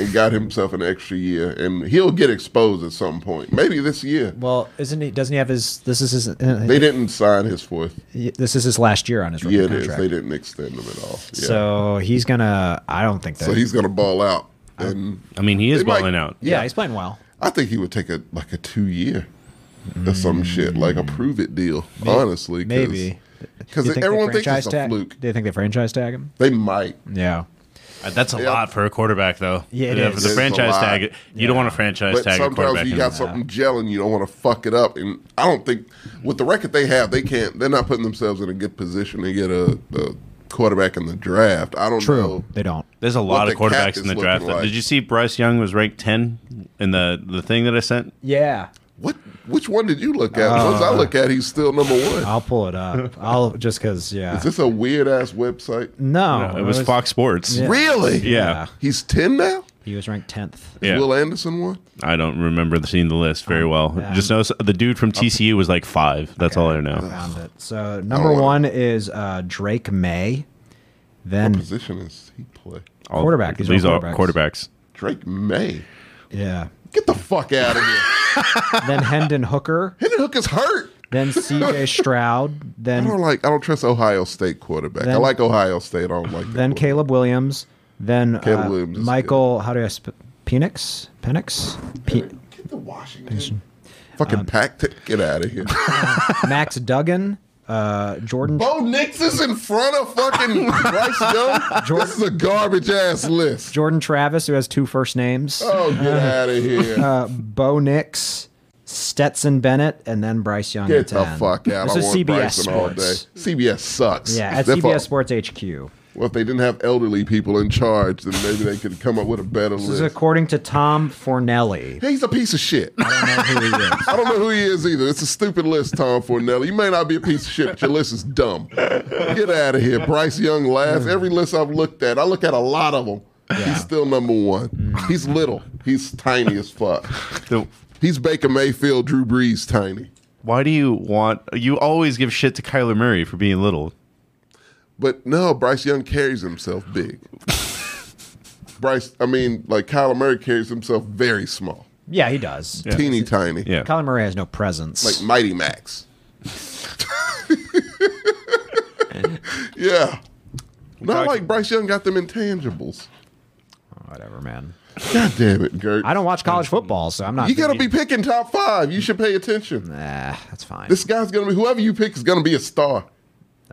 Speaker 2: and got himself an extra year, and he'll get exposed at some point. Maybe this year.
Speaker 3: well, isn't he? Doesn't he have his? This is his. uh,
Speaker 2: They didn't sign his fourth.
Speaker 3: this is his last year on his rookie
Speaker 2: Yeah, it
Speaker 3: contract.
Speaker 2: is. They didn't extend him at all. Yeah.
Speaker 3: So he's gonna. I don't think that.
Speaker 2: So he's gonna ball out, and
Speaker 1: I mean, he is
Speaker 2: They might-
Speaker 1: balling out.
Speaker 3: yeah,
Speaker 2: yeah.
Speaker 3: he's playing well.
Speaker 2: I think he would take a like a two year or some shit, like a prove it deal. honestly,
Speaker 3: Mm. Maybe.
Speaker 2: because
Speaker 3: Do you think they
Speaker 2: everyone thinks
Speaker 3: franchise
Speaker 2: it's a
Speaker 3: tag,
Speaker 2: fluke.
Speaker 3: Do you think they franchise tag him?
Speaker 2: They might.
Speaker 3: Yeah.
Speaker 1: Uh, That's a
Speaker 2: Yeah.
Speaker 1: lot for a quarterback, though.
Speaker 3: Yeah, it
Speaker 1: Yeah,
Speaker 3: is.
Speaker 1: for
Speaker 3: It
Speaker 1: the
Speaker 2: is a
Speaker 1: franchise
Speaker 2: lot.
Speaker 1: tag, you don't want to franchise
Speaker 2: But
Speaker 1: tag a quarterback.
Speaker 2: sometimes you
Speaker 1: in
Speaker 2: got
Speaker 1: that.
Speaker 2: something gelling, you don't want to fuck it up, and I don't think with the record they have, they can't. They're not putting themselves in a good position to get a, a quarterback in the draft. I don't know.
Speaker 3: True. They don't.
Speaker 1: There's a lot of
Speaker 2: the cap
Speaker 1: quarterbacks in
Speaker 2: is
Speaker 1: the draft.
Speaker 2: looking like.
Speaker 1: Did you see Bryce Young was ranked 10 in the the thing that I sent?
Speaker 3: Yeah.
Speaker 2: What? Which one did you look at? Once
Speaker 3: Uh,
Speaker 2: I look at, he's still number one.
Speaker 3: I'll pull it up. I'll just because. Yeah.
Speaker 2: Is this a weird ass website?
Speaker 3: no,
Speaker 1: it was Fox Sports. Yeah.
Speaker 2: Really?
Speaker 1: Yeah.
Speaker 2: He's ten now.
Speaker 3: He was ranked tenth.
Speaker 2: Is Will Anderson one?
Speaker 1: I don't remember the- seeing the list very well.
Speaker 3: Oh, yeah.
Speaker 1: Just know the dude from TCU was like five. That's all I know.
Speaker 3: Found it. So number one is uh, Drake May.
Speaker 2: What
Speaker 3: Then
Speaker 2: position is he play?
Speaker 1: All-
Speaker 3: Quarterback. These
Speaker 1: These,
Speaker 3: are
Speaker 1: are
Speaker 3: quarterbacks.
Speaker 1: quarterbacks.
Speaker 2: Drake May.
Speaker 3: yeah.
Speaker 2: Get the fuck out of here.
Speaker 3: Then Hendon Hooker.
Speaker 2: Hendon Hooker's hurt.
Speaker 3: Then C.J. Stroud.
Speaker 2: I don't
Speaker 3: Then
Speaker 2: like. I don't trust Ohio State quarterback. I
Speaker 3: Then-
Speaker 2: like Ohio State. I don't like.
Speaker 3: then
Speaker 2: Caleb.
Speaker 3: Caleb Williams. Then
Speaker 2: Caleb
Speaker 3: uh,
Speaker 2: Williams is
Speaker 3: Michael. How do I? Sp- Penix. Penix. Pe- Uh,
Speaker 2: Get the Washington. Fucking pack. T- get out of here.
Speaker 3: Max Duggan, uh, Jordan.
Speaker 2: Bo Nix is in front of fucking Bryce Young. This is a garbage ass list.
Speaker 3: Jordan Travis, who has two first names,
Speaker 2: Oh, get out of here.
Speaker 3: uh, Bo Nix, Stetson Bennett, and then Bryce Young.
Speaker 2: get
Speaker 3: at
Speaker 2: the
Speaker 3: 10.
Speaker 2: fuck out.
Speaker 3: This
Speaker 2: I
Speaker 3: is
Speaker 2: want
Speaker 3: CBS
Speaker 2: Bryson all day.
Speaker 3: Sports.
Speaker 2: CBS sucks.
Speaker 3: Yeah, at
Speaker 2: They're
Speaker 3: CBS
Speaker 2: fuck-
Speaker 3: Sports HQ.
Speaker 2: Well, if they didn't have elderly people in charge, then maybe they could come up with a better
Speaker 3: This is
Speaker 2: list.
Speaker 3: according to Tom Fornelli.
Speaker 2: He's a piece of shit. I
Speaker 3: I don't
Speaker 2: don't
Speaker 3: know who he is.
Speaker 2: know who he is either. It's a stupid list, Tom Fornelli. You may not be a piece of shit, but your list is dumb. Get out of here. Bryce Young laughs. Every list I've looked at, I look at a lot of them. He's still number one. He's little. He's tiny as fuck.
Speaker 1: The,
Speaker 2: He's Baker Mayfield, Drew Brees tiny.
Speaker 1: why do you want? You always give shit to Kyler Murray for being little.
Speaker 2: But no, Bryce Young carries himself big. Bryce, I mean, like Kyler Murray carries himself very small,
Speaker 3: Yeah, he does.
Speaker 2: teeny tiny,
Speaker 1: Yeah.
Speaker 3: Colin Murray has no presence.
Speaker 2: like Mighty Max. yeah. Not
Speaker 1: talked-
Speaker 2: like Bryce Young got them intangibles.
Speaker 3: Whatever, man.
Speaker 2: God damn it, Gert.
Speaker 3: I don't watch college football, so I'm not.
Speaker 2: You gotta be picking top five. You should pay attention.
Speaker 3: Nah, that's fine.
Speaker 2: This guy's gonna be whoever you pick is gonna be a star.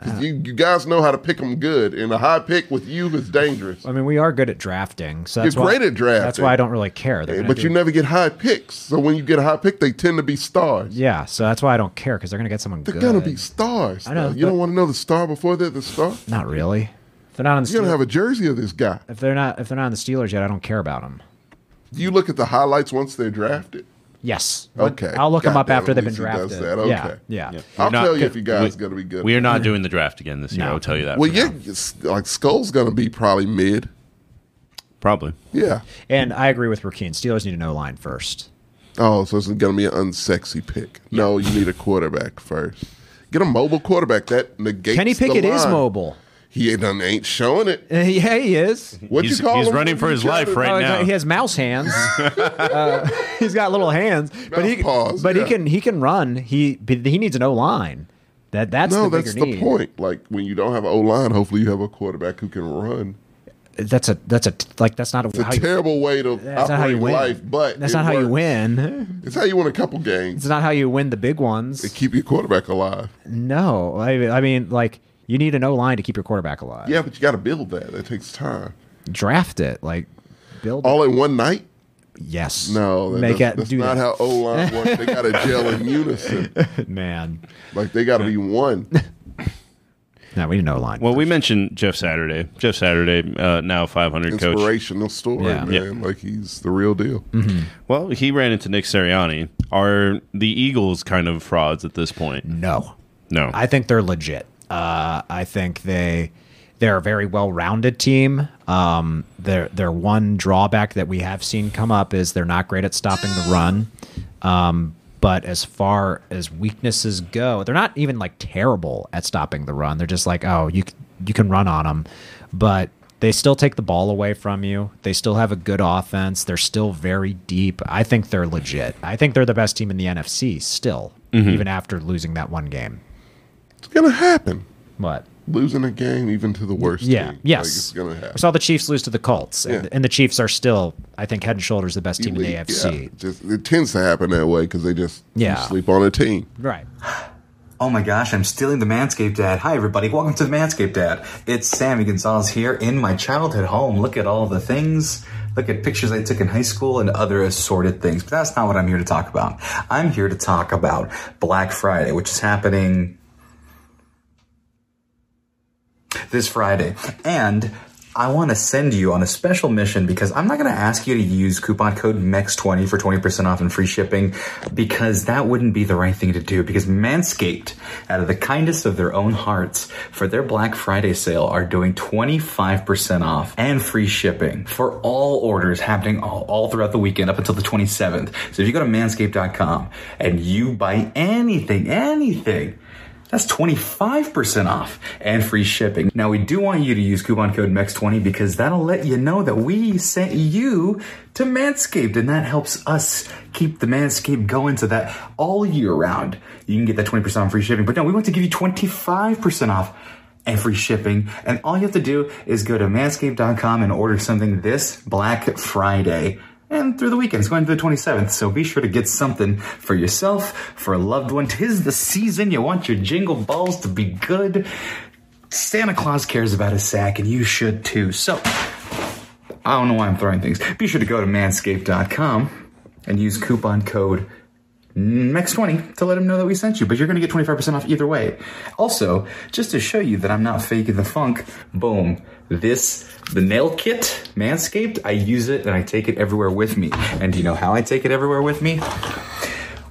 Speaker 2: 'Cause You, you guys know how to pick them good, and a high pick with you is dangerous.
Speaker 3: I mean, we are good at drafting, so that's
Speaker 2: You're
Speaker 3: why,
Speaker 2: great at drafting.
Speaker 3: That's why I don't really care. They're gonna
Speaker 2: But
Speaker 3: do-
Speaker 2: you never get high picks. So when you get a high pick, they tend to be stars.
Speaker 3: yeah, so that's why I don't care because they're gonna get someone
Speaker 2: They're
Speaker 3: good.
Speaker 2: gonna be stars.
Speaker 3: I know,
Speaker 2: though. You
Speaker 3: but-
Speaker 2: don't want to know the star before they're the star.
Speaker 3: not really. If they're not on the
Speaker 2: You're
Speaker 3: Steelers,
Speaker 2: gonna have a jersey of this guy.
Speaker 3: if they're not if they're not on the Steelers yet, I don't care about them.
Speaker 2: You look at the highlights once they're drafted.
Speaker 3: Yes.
Speaker 2: Okay.
Speaker 3: I'll look them
Speaker 2: God
Speaker 3: up
Speaker 2: damn,
Speaker 3: after
Speaker 2: at
Speaker 3: they've been
Speaker 2: least he does
Speaker 3: drafted.
Speaker 2: that. Okay.
Speaker 3: Yeah. Yeah.
Speaker 2: I'll
Speaker 1: We're not-
Speaker 2: tell you if you guys
Speaker 1: we-
Speaker 2: gonna be good.
Speaker 1: We are not doing the draft again this year.
Speaker 3: No.
Speaker 1: I'll tell you that.
Speaker 2: Well,
Speaker 1: for now.
Speaker 2: yeah, it's- like Skull's gonna be probably mid.
Speaker 1: probably.
Speaker 2: Yeah.
Speaker 3: And I agree with Rakeem. Steelers need a no line first.
Speaker 2: Oh, so it's gonna be an unsexy pick. No, you need a quarterback first. Get a mobile quarterback that negates.
Speaker 3: Kenny Pickett
Speaker 2: the
Speaker 3: is
Speaker 2: line.
Speaker 3: mobile.
Speaker 2: He ain't, done- ain't showing it.
Speaker 3: yeah, he is.
Speaker 2: What you
Speaker 1: He's-
Speaker 2: call
Speaker 1: he's
Speaker 2: him?
Speaker 1: running for his life
Speaker 2: Kevin?
Speaker 1: right
Speaker 3: Oh,
Speaker 1: now.
Speaker 3: he has mouse hands. Uh, he's got little hands, but he
Speaker 2: Mouse paws,
Speaker 3: but
Speaker 2: yeah.
Speaker 3: he can he can run. He but he needs an O line. That that's
Speaker 2: No,
Speaker 3: the
Speaker 2: that's
Speaker 3: bigger
Speaker 2: the
Speaker 3: need.
Speaker 2: point. Like when you don't have an O line, hopefully you have a quarterback who can run.
Speaker 3: That's a that's a like that's not
Speaker 2: It's a
Speaker 3: how you,
Speaker 2: terrible way to
Speaker 3: that's
Speaker 2: operate
Speaker 3: not how you win.
Speaker 2: life, but
Speaker 3: that's
Speaker 2: it
Speaker 3: not how you
Speaker 2: works.
Speaker 3: win.
Speaker 2: It's how you win a couple games.
Speaker 3: It's not how you win the big
Speaker 2: to
Speaker 3: ones.
Speaker 2: keep your quarterback alive.
Speaker 3: No, I, I mean like you need an O line to keep your quarterback alive.
Speaker 2: Yeah, but you got to build that. That takes time.
Speaker 3: Draft it like build.
Speaker 2: All in one night?
Speaker 3: yes.
Speaker 2: No, that,
Speaker 3: Make
Speaker 2: that's,
Speaker 3: it
Speaker 2: that's
Speaker 3: do
Speaker 2: not
Speaker 3: that.
Speaker 2: how O line works. They got to gel in unison.
Speaker 3: man.
Speaker 2: Like they got to be one.
Speaker 3: No, we need an O line.
Speaker 1: Well, we mentioned Jeff Saturday. Jeff Saturday, uh, now 500 coach.
Speaker 2: Inspirational story,
Speaker 3: Yeah. Mm.
Speaker 2: man. Like he's the real deal.
Speaker 1: Well, he ran into Nick Sirianni. Are the Eagles kind of frauds at this point?
Speaker 3: no.
Speaker 1: No.
Speaker 3: I think they're legit. Uh, I think they they're a very well-rounded team. Um, their their one drawback that we have seen come up is they're not great at stopping the run. Um, but as far as weaknesses go, they're not even like terrible at stopping the run. They're just like, oh, you c- you can run on them, but they still take the ball away from you. They still have a good offense. They're still very deep. I think they're legit. I think they're the best team in the NFC still, even after losing that one game.
Speaker 2: It's gonna happen.
Speaker 3: What?
Speaker 2: Losing a game, even to the worst.
Speaker 3: Yeah.
Speaker 2: team. Like,
Speaker 3: Yes.
Speaker 2: it's gonna happen.
Speaker 3: I saw the Chiefs lose to the Colts, and,
Speaker 2: Yeah.
Speaker 3: and the Chiefs are still, I think, head and shoulders the best team in the
Speaker 2: Elite,
Speaker 3: AFC.
Speaker 2: yeah. just it tends to happen that way because they just you
Speaker 3: Yeah.
Speaker 2: sleep on a team.
Speaker 3: Right.
Speaker 4: Oh my gosh, I'm stealing the Manscaped ad. Hi, everybody. Welcome to the Manscaped ad. It's Sammy Gonzalez here in my childhood home. Look at all the things. Look at pictures I took in high school and other assorted things. But that's not what I'm here to talk about. I'm here to talk about Black Friday, which is happening this Friday. And I want to send you on a special mission because I'm not going to ask you to use coupon code MEX20 for 20% off and free shipping because that wouldn't be the right thing to do because Manscaped, out of the kindness of their own hearts, for their Black Friday sale are doing 25% off and free shipping for all orders happening all, all throughout the weekend up until the 27th. So if you go to manscaped.com and you buy anything, anything, that's 25% off and free shipping. Now, we do want you to use coupon code MEX20 because that'll let you know that we sent you to Manscaped, and that helps us keep the Manscaped going so that all year round you can get that 20% on free shipping. But no, we want to give you 25% off and free shipping. And all you have to do is go to manscaped.com and order something this Black Friday and through the weekend. It's going to the 27th, so be sure to get something for yourself, for a loved one. Tis the season. You want your jingle balls to be good. Santa Claus cares about his sack, and you should too. So, I don't know why I'm throwing things. Be sure to go to manscaped.com and use coupon code MEX20 to let them know that we sent you, but you're going to get 25% off either way. Also, just to show you that I'm not faking the funk, boom. This, the nail kit, Manscaped, I use it and I take it everywhere with me. And do you know how I take it everywhere with me?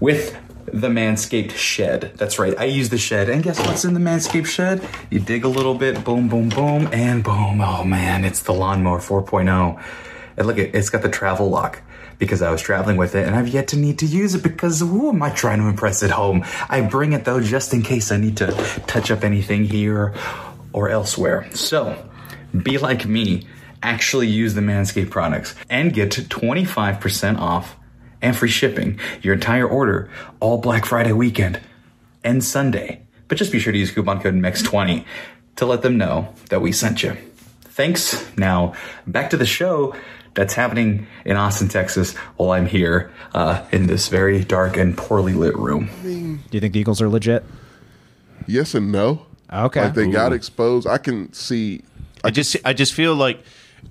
Speaker 4: With the Manscaped shed. That's right, I use the shed. And guess what's in the Manscaped shed? You dig a little bit, boom, boom, boom, and boom. Oh man, it's the Lawnmower 4.0. And look, it- it's got the travel lock because I was traveling with it and I've yet to need to use it because who am I trying to impress at home? I bring it though just in case I need to touch up anything here or elsewhere. So, be like me, actually use the Manscaped products and get 25% off and free shipping your entire order all Black Friday weekend and Sunday. But just be sure to use coupon code MEX20 to let them know that we sent you. Thanks. Now, back to the show that's happening in Austin, Texas, while I'm here uh, in this very dark and poorly lit room.
Speaker 3: Do you think the Eagles are legit?
Speaker 2: Yes and no.
Speaker 3: Okay.
Speaker 2: Like they got exposed. I can see
Speaker 1: I just I just feel like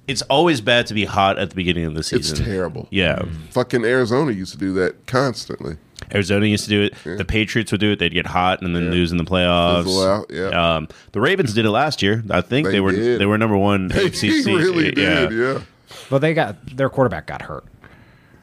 Speaker 1: it's always bad to be hot at the beginning of the
Speaker 2: it's mm-hmm.
Speaker 1: season.
Speaker 2: terrible.
Speaker 1: Yeah,
Speaker 2: Fucking Arizona used to do that constantly.
Speaker 1: Arizona used to do it. The Patriots would do it. They'd get hot and then lose in the playoffs.
Speaker 2: Fizzle out, yeah.
Speaker 1: Um, the Ravens did it last year. I think they,
Speaker 2: They
Speaker 1: were
Speaker 2: did.
Speaker 1: they were number one.
Speaker 2: They
Speaker 1: AFC.
Speaker 2: really did, yeah.
Speaker 3: Well, they got their quarterback got hurt.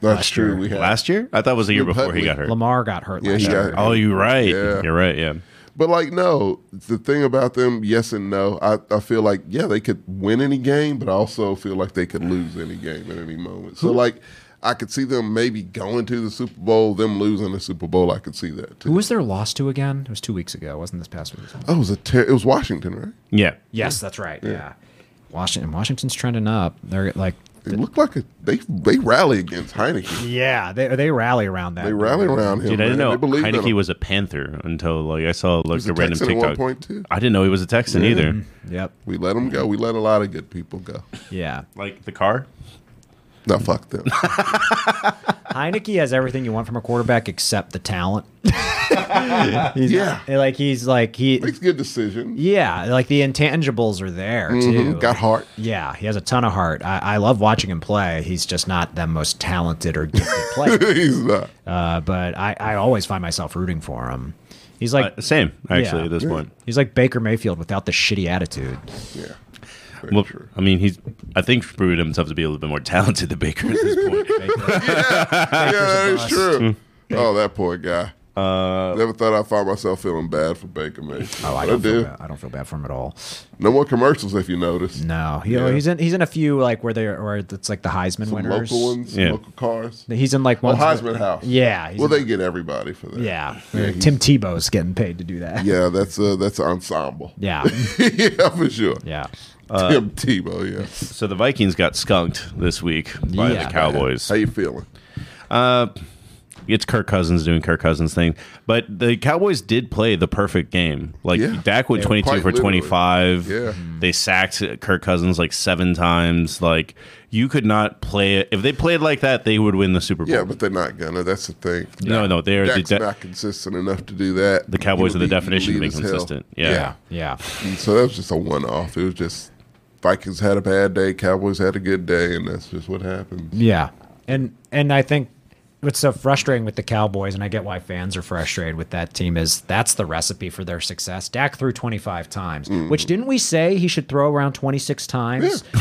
Speaker 2: That's true. We had
Speaker 1: Last year? I thought it was the year
Speaker 2: Lou
Speaker 1: before
Speaker 2: Putney.
Speaker 1: he got hurt.
Speaker 3: Lamar got hurt
Speaker 2: Yeah,
Speaker 3: last
Speaker 2: he
Speaker 3: year.
Speaker 2: got-
Speaker 1: Oh, you're right.
Speaker 2: Yeah.
Speaker 1: You're right. Yeah.
Speaker 2: But like, no, the thing about them, yes and no. I, I feel like yeah, they could win any game, but I also feel like they could lose any game at any moment. So like, I could see them maybe going to the Super Bowl, them losing the Super Bowl. I could see that
Speaker 3: Who
Speaker 2: too.
Speaker 3: was their loss to again? It was two weeks ago. It wasn't this past week?
Speaker 2: Oh, it was a ter- it was Washington, right?
Speaker 1: Yeah.
Speaker 3: Yes, that's right. Yeah. Washington. Washington's trending up. They're like,
Speaker 2: It looked like a they they rally against Heineken.
Speaker 3: yeah, they they rally around that.
Speaker 2: They rally around him.
Speaker 1: Dude, I didn't
Speaker 2: man.
Speaker 1: know
Speaker 2: They believed in
Speaker 1: Heineke
Speaker 2: him.
Speaker 1: was a Panther until like I saw like
Speaker 2: was
Speaker 1: a,
Speaker 2: a
Speaker 1: random
Speaker 2: Texan at
Speaker 1: TikTok.
Speaker 2: one point, too.
Speaker 1: I didn't know he was a Texan either.
Speaker 3: Yep.
Speaker 2: We let them go. We let a lot of good people go.
Speaker 3: Yeah.
Speaker 1: Like the car.
Speaker 2: No, fuck them.
Speaker 3: Heineke has everything you want from a quarterback except the talent. he's
Speaker 2: Yeah.
Speaker 3: Like he's like he.
Speaker 2: Makes good decisions.
Speaker 3: Yeah, like the intangibles are there too.
Speaker 2: Mm-hmm. Got heart.
Speaker 3: Yeah, he has a ton of heart. I, I love watching him play. He's just not the most talented or gifted player,
Speaker 2: He's not.
Speaker 3: uh, but I, I always find myself rooting for him. He's like
Speaker 1: Uh, same actually
Speaker 3: Yeah.
Speaker 1: at this point.
Speaker 3: he's like Baker Mayfield without the shitty attitude.
Speaker 2: Yeah. Very
Speaker 1: Well,
Speaker 2: true.
Speaker 1: I mean, he's. I think proved himself to be a little bit more talented than Baker at this point.
Speaker 2: yeah, that's
Speaker 1: Hmm.
Speaker 2: true. Oh, that poor guy.
Speaker 1: Uh,
Speaker 2: Never thought I'd find myself feeling bad for Baker Mayfield.
Speaker 3: Oh,
Speaker 2: But
Speaker 3: I
Speaker 2: I
Speaker 3: don't, feel
Speaker 2: do.
Speaker 3: bad. I don't feel bad for him at all.
Speaker 2: No more commercials, if you notice.
Speaker 3: No, he,
Speaker 2: Yeah.
Speaker 3: he's in he's in a few like where they where it's like the Heisman
Speaker 2: Some
Speaker 3: winners.
Speaker 2: local ones,
Speaker 1: Yeah.
Speaker 2: local cars.
Speaker 3: He's in like
Speaker 2: Oh,
Speaker 3: one
Speaker 2: Heisman House.
Speaker 3: Yeah, he's
Speaker 2: Well,
Speaker 3: in-
Speaker 2: they get everybody for that.
Speaker 3: yeah.
Speaker 2: he's-
Speaker 3: Tim Tebow's getting paid to do that.
Speaker 2: Yeah, that's a that's an ensemble.
Speaker 3: Yeah.
Speaker 2: yeah, for sure.
Speaker 3: yeah.
Speaker 1: Uh,
Speaker 2: Tim Tebow. Yeah.
Speaker 1: so the Vikings got skunked this week by
Speaker 3: Yeah.
Speaker 1: the Cowboys.
Speaker 2: How you feeling?
Speaker 1: it's Kirk Cousins doing Kirk Cousins thing. But the Cowboys did play the perfect game. Like
Speaker 2: Yeah.
Speaker 1: Dak went
Speaker 2: They were
Speaker 1: 22 for
Speaker 2: quite literally.
Speaker 1: 25.
Speaker 2: Yeah.
Speaker 3: Hmm.
Speaker 1: They sacked Kirk Cousins like 7 times. Like you could not play it. If they played like that, they would win the Super Bowl.
Speaker 2: Yeah, but they're not gonna. That's the thing.
Speaker 1: no, no, they are the,
Speaker 2: Dak's
Speaker 1: de-
Speaker 2: not consistent enough to do that.
Speaker 1: the Cowboys are the
Speaker 2: He'll be- he'll
Speaker 1: definition of
Speaker 2: lead as hell.
Speaker 1: inconsistent. Yeah.
Speaker 3: Yeah.
Speaker 2: And so that was just a one off. It was just Vikings had a bad day, Cowboys had a good day, and that's just what happened.
Speaker 3: Yeah. And and I think what's so frustrating with the Cowboys, and I get why fans are frustrated with that team, is that's the recipe for their success. Dak threw 25 times, which didn't we say he should throw around 26 times?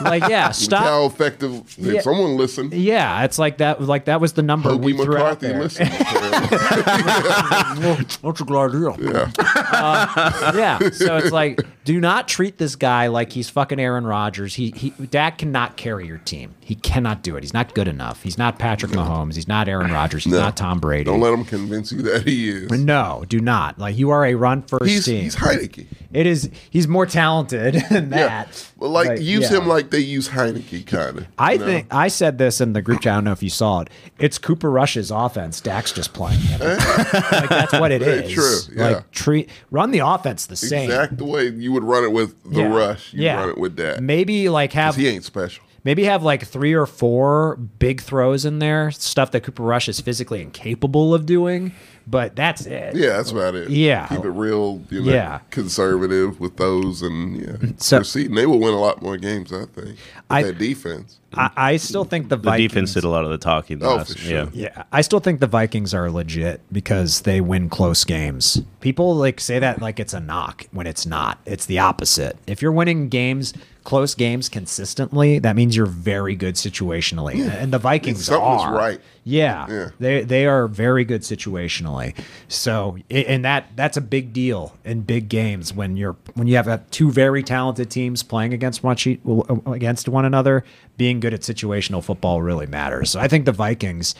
Speaker 3: like, yeah,
Speaker 2: How
Speaker 3: stop.
Speaker 2: effective did
Speaker 3: Yeah.
Speaker 2: someone listen?
Speaker 3: Yeah, it's like that. Like that was the number we
Speaker 2: Hokey
Speaker 3: threw out
Speaker 2: McCarthy
Speaker 3: there.
Speaker 2: listened.
Speaker 3: That's a good idea.
Speaker 2: yeah.
Speaker 3: Uh, yeah. So it's like, do not treat this guy like he's fucking Aaron Rodgers. He, he Dak cannot carry your team. He cannot do it. He's not good enough. He's not Patrick Mahomes. He's not Aaron Rodgers. He's
Speaker 2: No.
Speaker 3: not Tom Brady.
Speaker 2: Don't let him convince you that he is.
Speaker 3: no, do not. Like you are a run first
Speaker 2: He's
Speaker 3: team.
Speaker 2: he's Heineke.
Speaker 3: it is he's more talented than
Speaker 2: Yeah.
Speaker 3: that.
Speaker 2: But like
Speaker 3: Like,
Speaker 2: use
Speaker 3: yeah.
Speaker 2: him like they use Heineke kinda.
Speaker 3: I
Speaker 2: you know?
Speaker 3: think I said this in the group chat. I don't know if you saw it. It's Cooper Rush's offense. Dak's just playing him. like that's what it
Speaker 2: Very
Speaker 3: is.
Speaker 2: true, yeah.
Speaker 3: Like treat run the offense the same.
Speaker 2: Exact the way you would run it with the
Speaker 3: Yeah.
Speaker 2: rush. You
Speaker 3: Yeah.
Speaker 2: run it with that.
Speaker 3: Maybe like have
Speaker 2: He ain't special.
Speaker 3: maybe have like three or four big throws in there, stuff that Cooper Rush is physically incapable of doing. But that's it.
Speaker 2: Yeah, that's about it.
Speaker 3: Yeah.
Speaker 2: keep it real. You know,
Speaker 3: Yeah.
Speaker 2: conservative with those, and yeah,
Speaker 3: So-
Speaker 2: proceed. And they will win a lot more games, I think. With
Speaker 3: I- Mm.
Speaker 2: that defense.
Speaker 3: I, I still think the
Speaker 1: The
Speaker 3: Vikings.
Speaker 1: defense did a lot of the talking. The
Speaker 2: Oh,
Speaker 1: last,
Speaker 2: for sure.
Speaker 1: Yeah.
Speaker 3: Yeah, I still think the Vikings are legit because they win close games. People like say that like it's a knock when it's not. It's the opposite. If you're winning games, close games consistently, that means you're very good situationally. And the Vikings
Speaker 2: Something's
Speaker 3: are
Speaker 2: right.
Speaker 3: Yeah,
Speaker 2: Yeah.
Speaker 3: they they are very good situationally. So i- and that that's a big deal in big games when you're when you have uh, two very talented teams playing against e, one each, uh, against one another. Being good at situational football really matters. So I think the Vikings.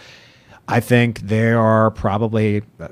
Speaker 3: I think they are probably. uh,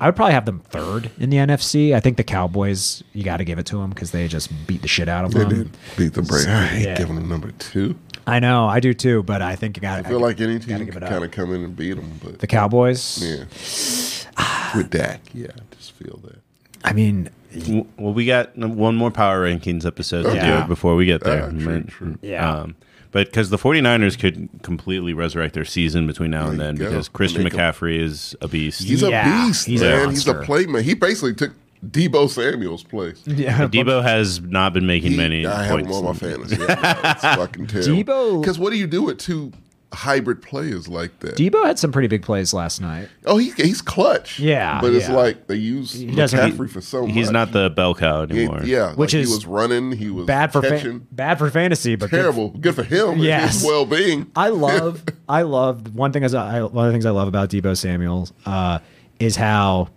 Speaker 3: I would probably have them third in the NFC. I think the Cowboys. You got to give it to them because they just beat the shit out of
Speaker 2: They
Speaker 3: them.
Speaker 2: did beat the Braves. I hate
Speaker 3: yeah.
Speaker 2: giving them number two.
Speaker 3: I know, I do too. But I think you got.
Speaker 2: I feel like any team
Speaker 3: give
Speaker 2: can
Speaker 3: it up.
Speaker 2: kind of come in and beat them, but
Speaker 3: the Cowboys.
Speaker 2: yeah, with Dak, yeah, I just feel that.
Speaker 3: I mean,
Speaker 1: W- Well, we got one more power rankings episode to
Speaker 3: Yeah.
Speaker 1: do before we get there.
Speaker 2: Ah, true, true.
Speaker 3: Yeah.
Speaker 1: Um, but because the 49ers could completely resurrect their season between now and
Speaker 2: There
Speaker 1: then
Speaker 2: you go.
Speaker 1: because Christian
Speaker 2: Make 'em-
Speaker 1: McCaffrey is a beast.
Speaker 2: He's
Speaker 3: Yeah,
Speaker 2: a beast,
Speaker 3: he's a
Speaker 2: man. he's a
Speaker 3: monster.
Speaker 2: playmaker. He basically took Debo Samuel's place.
Speaker 3: yeah,
Speaker 1: Debo has not been making
Speaker 2: He-
Speaker 1: many
Speaker 2: I have him
Speaker 1: points.
Speaker 2: on my fantasy. I know, it's fucking terrible.
Speaker 3: Debo-
Speaker 2: because what do you do with two hybrid players like that?
Speaker 3: Debo had some pretty big plays last night.
Speaker 2: oh, he, he's cluch.
Speaker 3: Yeah,
Speaker 2: but it's
Speaker 3: yeah.
Speaker 2: like they use
Speaker 3: doesn't-
Speaker 2: McCaffrey for so much.
Speaker 1: He's not the bell cow
Speaker 2: He-
Speaker 1: anymore.
Speaker 2: yeah,
Speaker 3: Which
Speaker 2: like
Speaker 3: is
Speaker 2: he was running. He was
Speaker 3: Bad for fa-
Speaker 2: catching.
Speaker 3: bad for fantasy, but good-
Speaker 2: terrible. Good for him.
Speaker 3: Yes.
Speaker 2: Yes. His well being.
Speaker 3: I love, I love one thing is I, one of the things I love about Debo Samuel uh, is how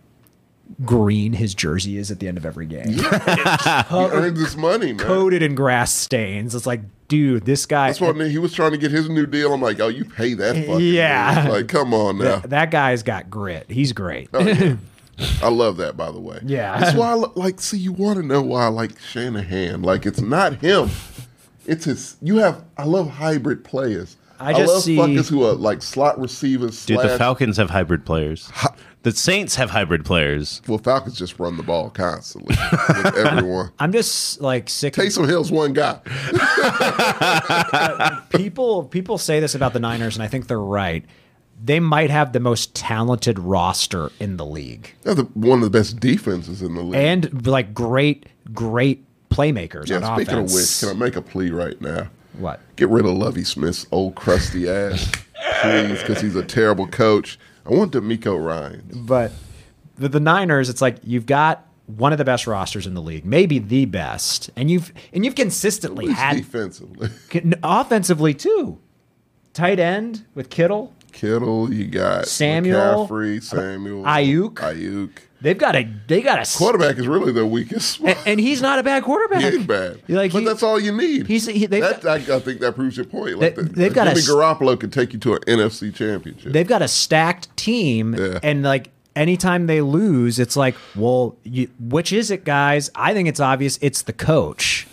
Speaker 3: green his jersey is at the end of every game.
Speaker 2: He earned his money, man.
Speaker 3: coated in grass stains. It's like, dude, this guy.
Speaker 2: That's what he was trying to get his new deal. I'm like, oh, you pay that fucking.
Speaker 3: Yeah.
Speaker 2: dude. Like, come on now.
Speaker 3: that guy's got grit. He's great.
Speaker 2: Oh, I love that, by the way.
Speaker 3: Yeah.
Speaker 2: That's why, I lo- like, see, you want to know why I like Shanahan. Like, it's not him. It's his. You have. I love hybrid players.
Speaker 3: I just
Speaker 2: love
Speaker 3: see-
Speaker 2: fuckers who are like slot receivers.
Speaker 1: Dude,
Speaker 2: slash,
Speaker 1: the Falcons have hybrid players. The Saints have hybrid players.
Speaker 2: Well, Falcons just run the ball constantly with everyone.
Speaker 3: I'm just like sick.
Speaker 2: Taysom Hill's one guy.
Speaker 3: people people say this about the Niners, and I think they're right. They might have the most talented roster in the league,
Speaker 2: They're the, one of the best defenses in the league.
Speaker 3: and like great, great playmakers
Speaker 2: yeah,
Speaker 3: on
Speaker 2: speaking
Speaker 3: offense.
Speaker 2: of which, can I make a plea right now?
Speaker 3: what?
Speaker 2: Get rid of Lovey Smith's old crusty ass, please, because he's a terrible coach. I want D'Amico Ryan.
Speaker 3: But the, the Niners, it's like you've got one of the best rosters in the league, maybe the best, and you've and you've consistently
Speaker 2: He's
Speaker 3: had
Speaker 2: defensively.
Speaker 3: Can- offensively too. Tight end with Kittle.
Speaker 2: Kittle, you got
Speaker 3: Samuel.
Speaker 2: McCaffrey, Samuel,
Speaker 3: Ayuk.
Speaker 2: Ayuk.
Speaker 3: They've got a they got a s-
Speaker 2: Quarterback is really their weakest.
Speaker 3: and, and he's not a bad quarterback.
Speaker 2: He ain't bad,
Speaker 3: You're like,
Speaker 2: but
Speaker 3: he-
Speaker 2: that's all you need.
Speaker 3: he's- he- they've
Speaker 2: that, I, I think that proves your point. Like
Speaker 3: They-
Speaker 2: that-
Speaker 3: they've
Speaker 2: that
Speaker 3: got
Speaker 2: Jimmy
Speaker 3: a s-
Speaker 2: Garoppolo could take you to an NFC championship.
Speaker 3: They've got a stacked team
Speaker 2: Yeah.
Speaker 3: and like anytime they lose it's like, well, you, which is it guys? I think it's obvious it's the coach.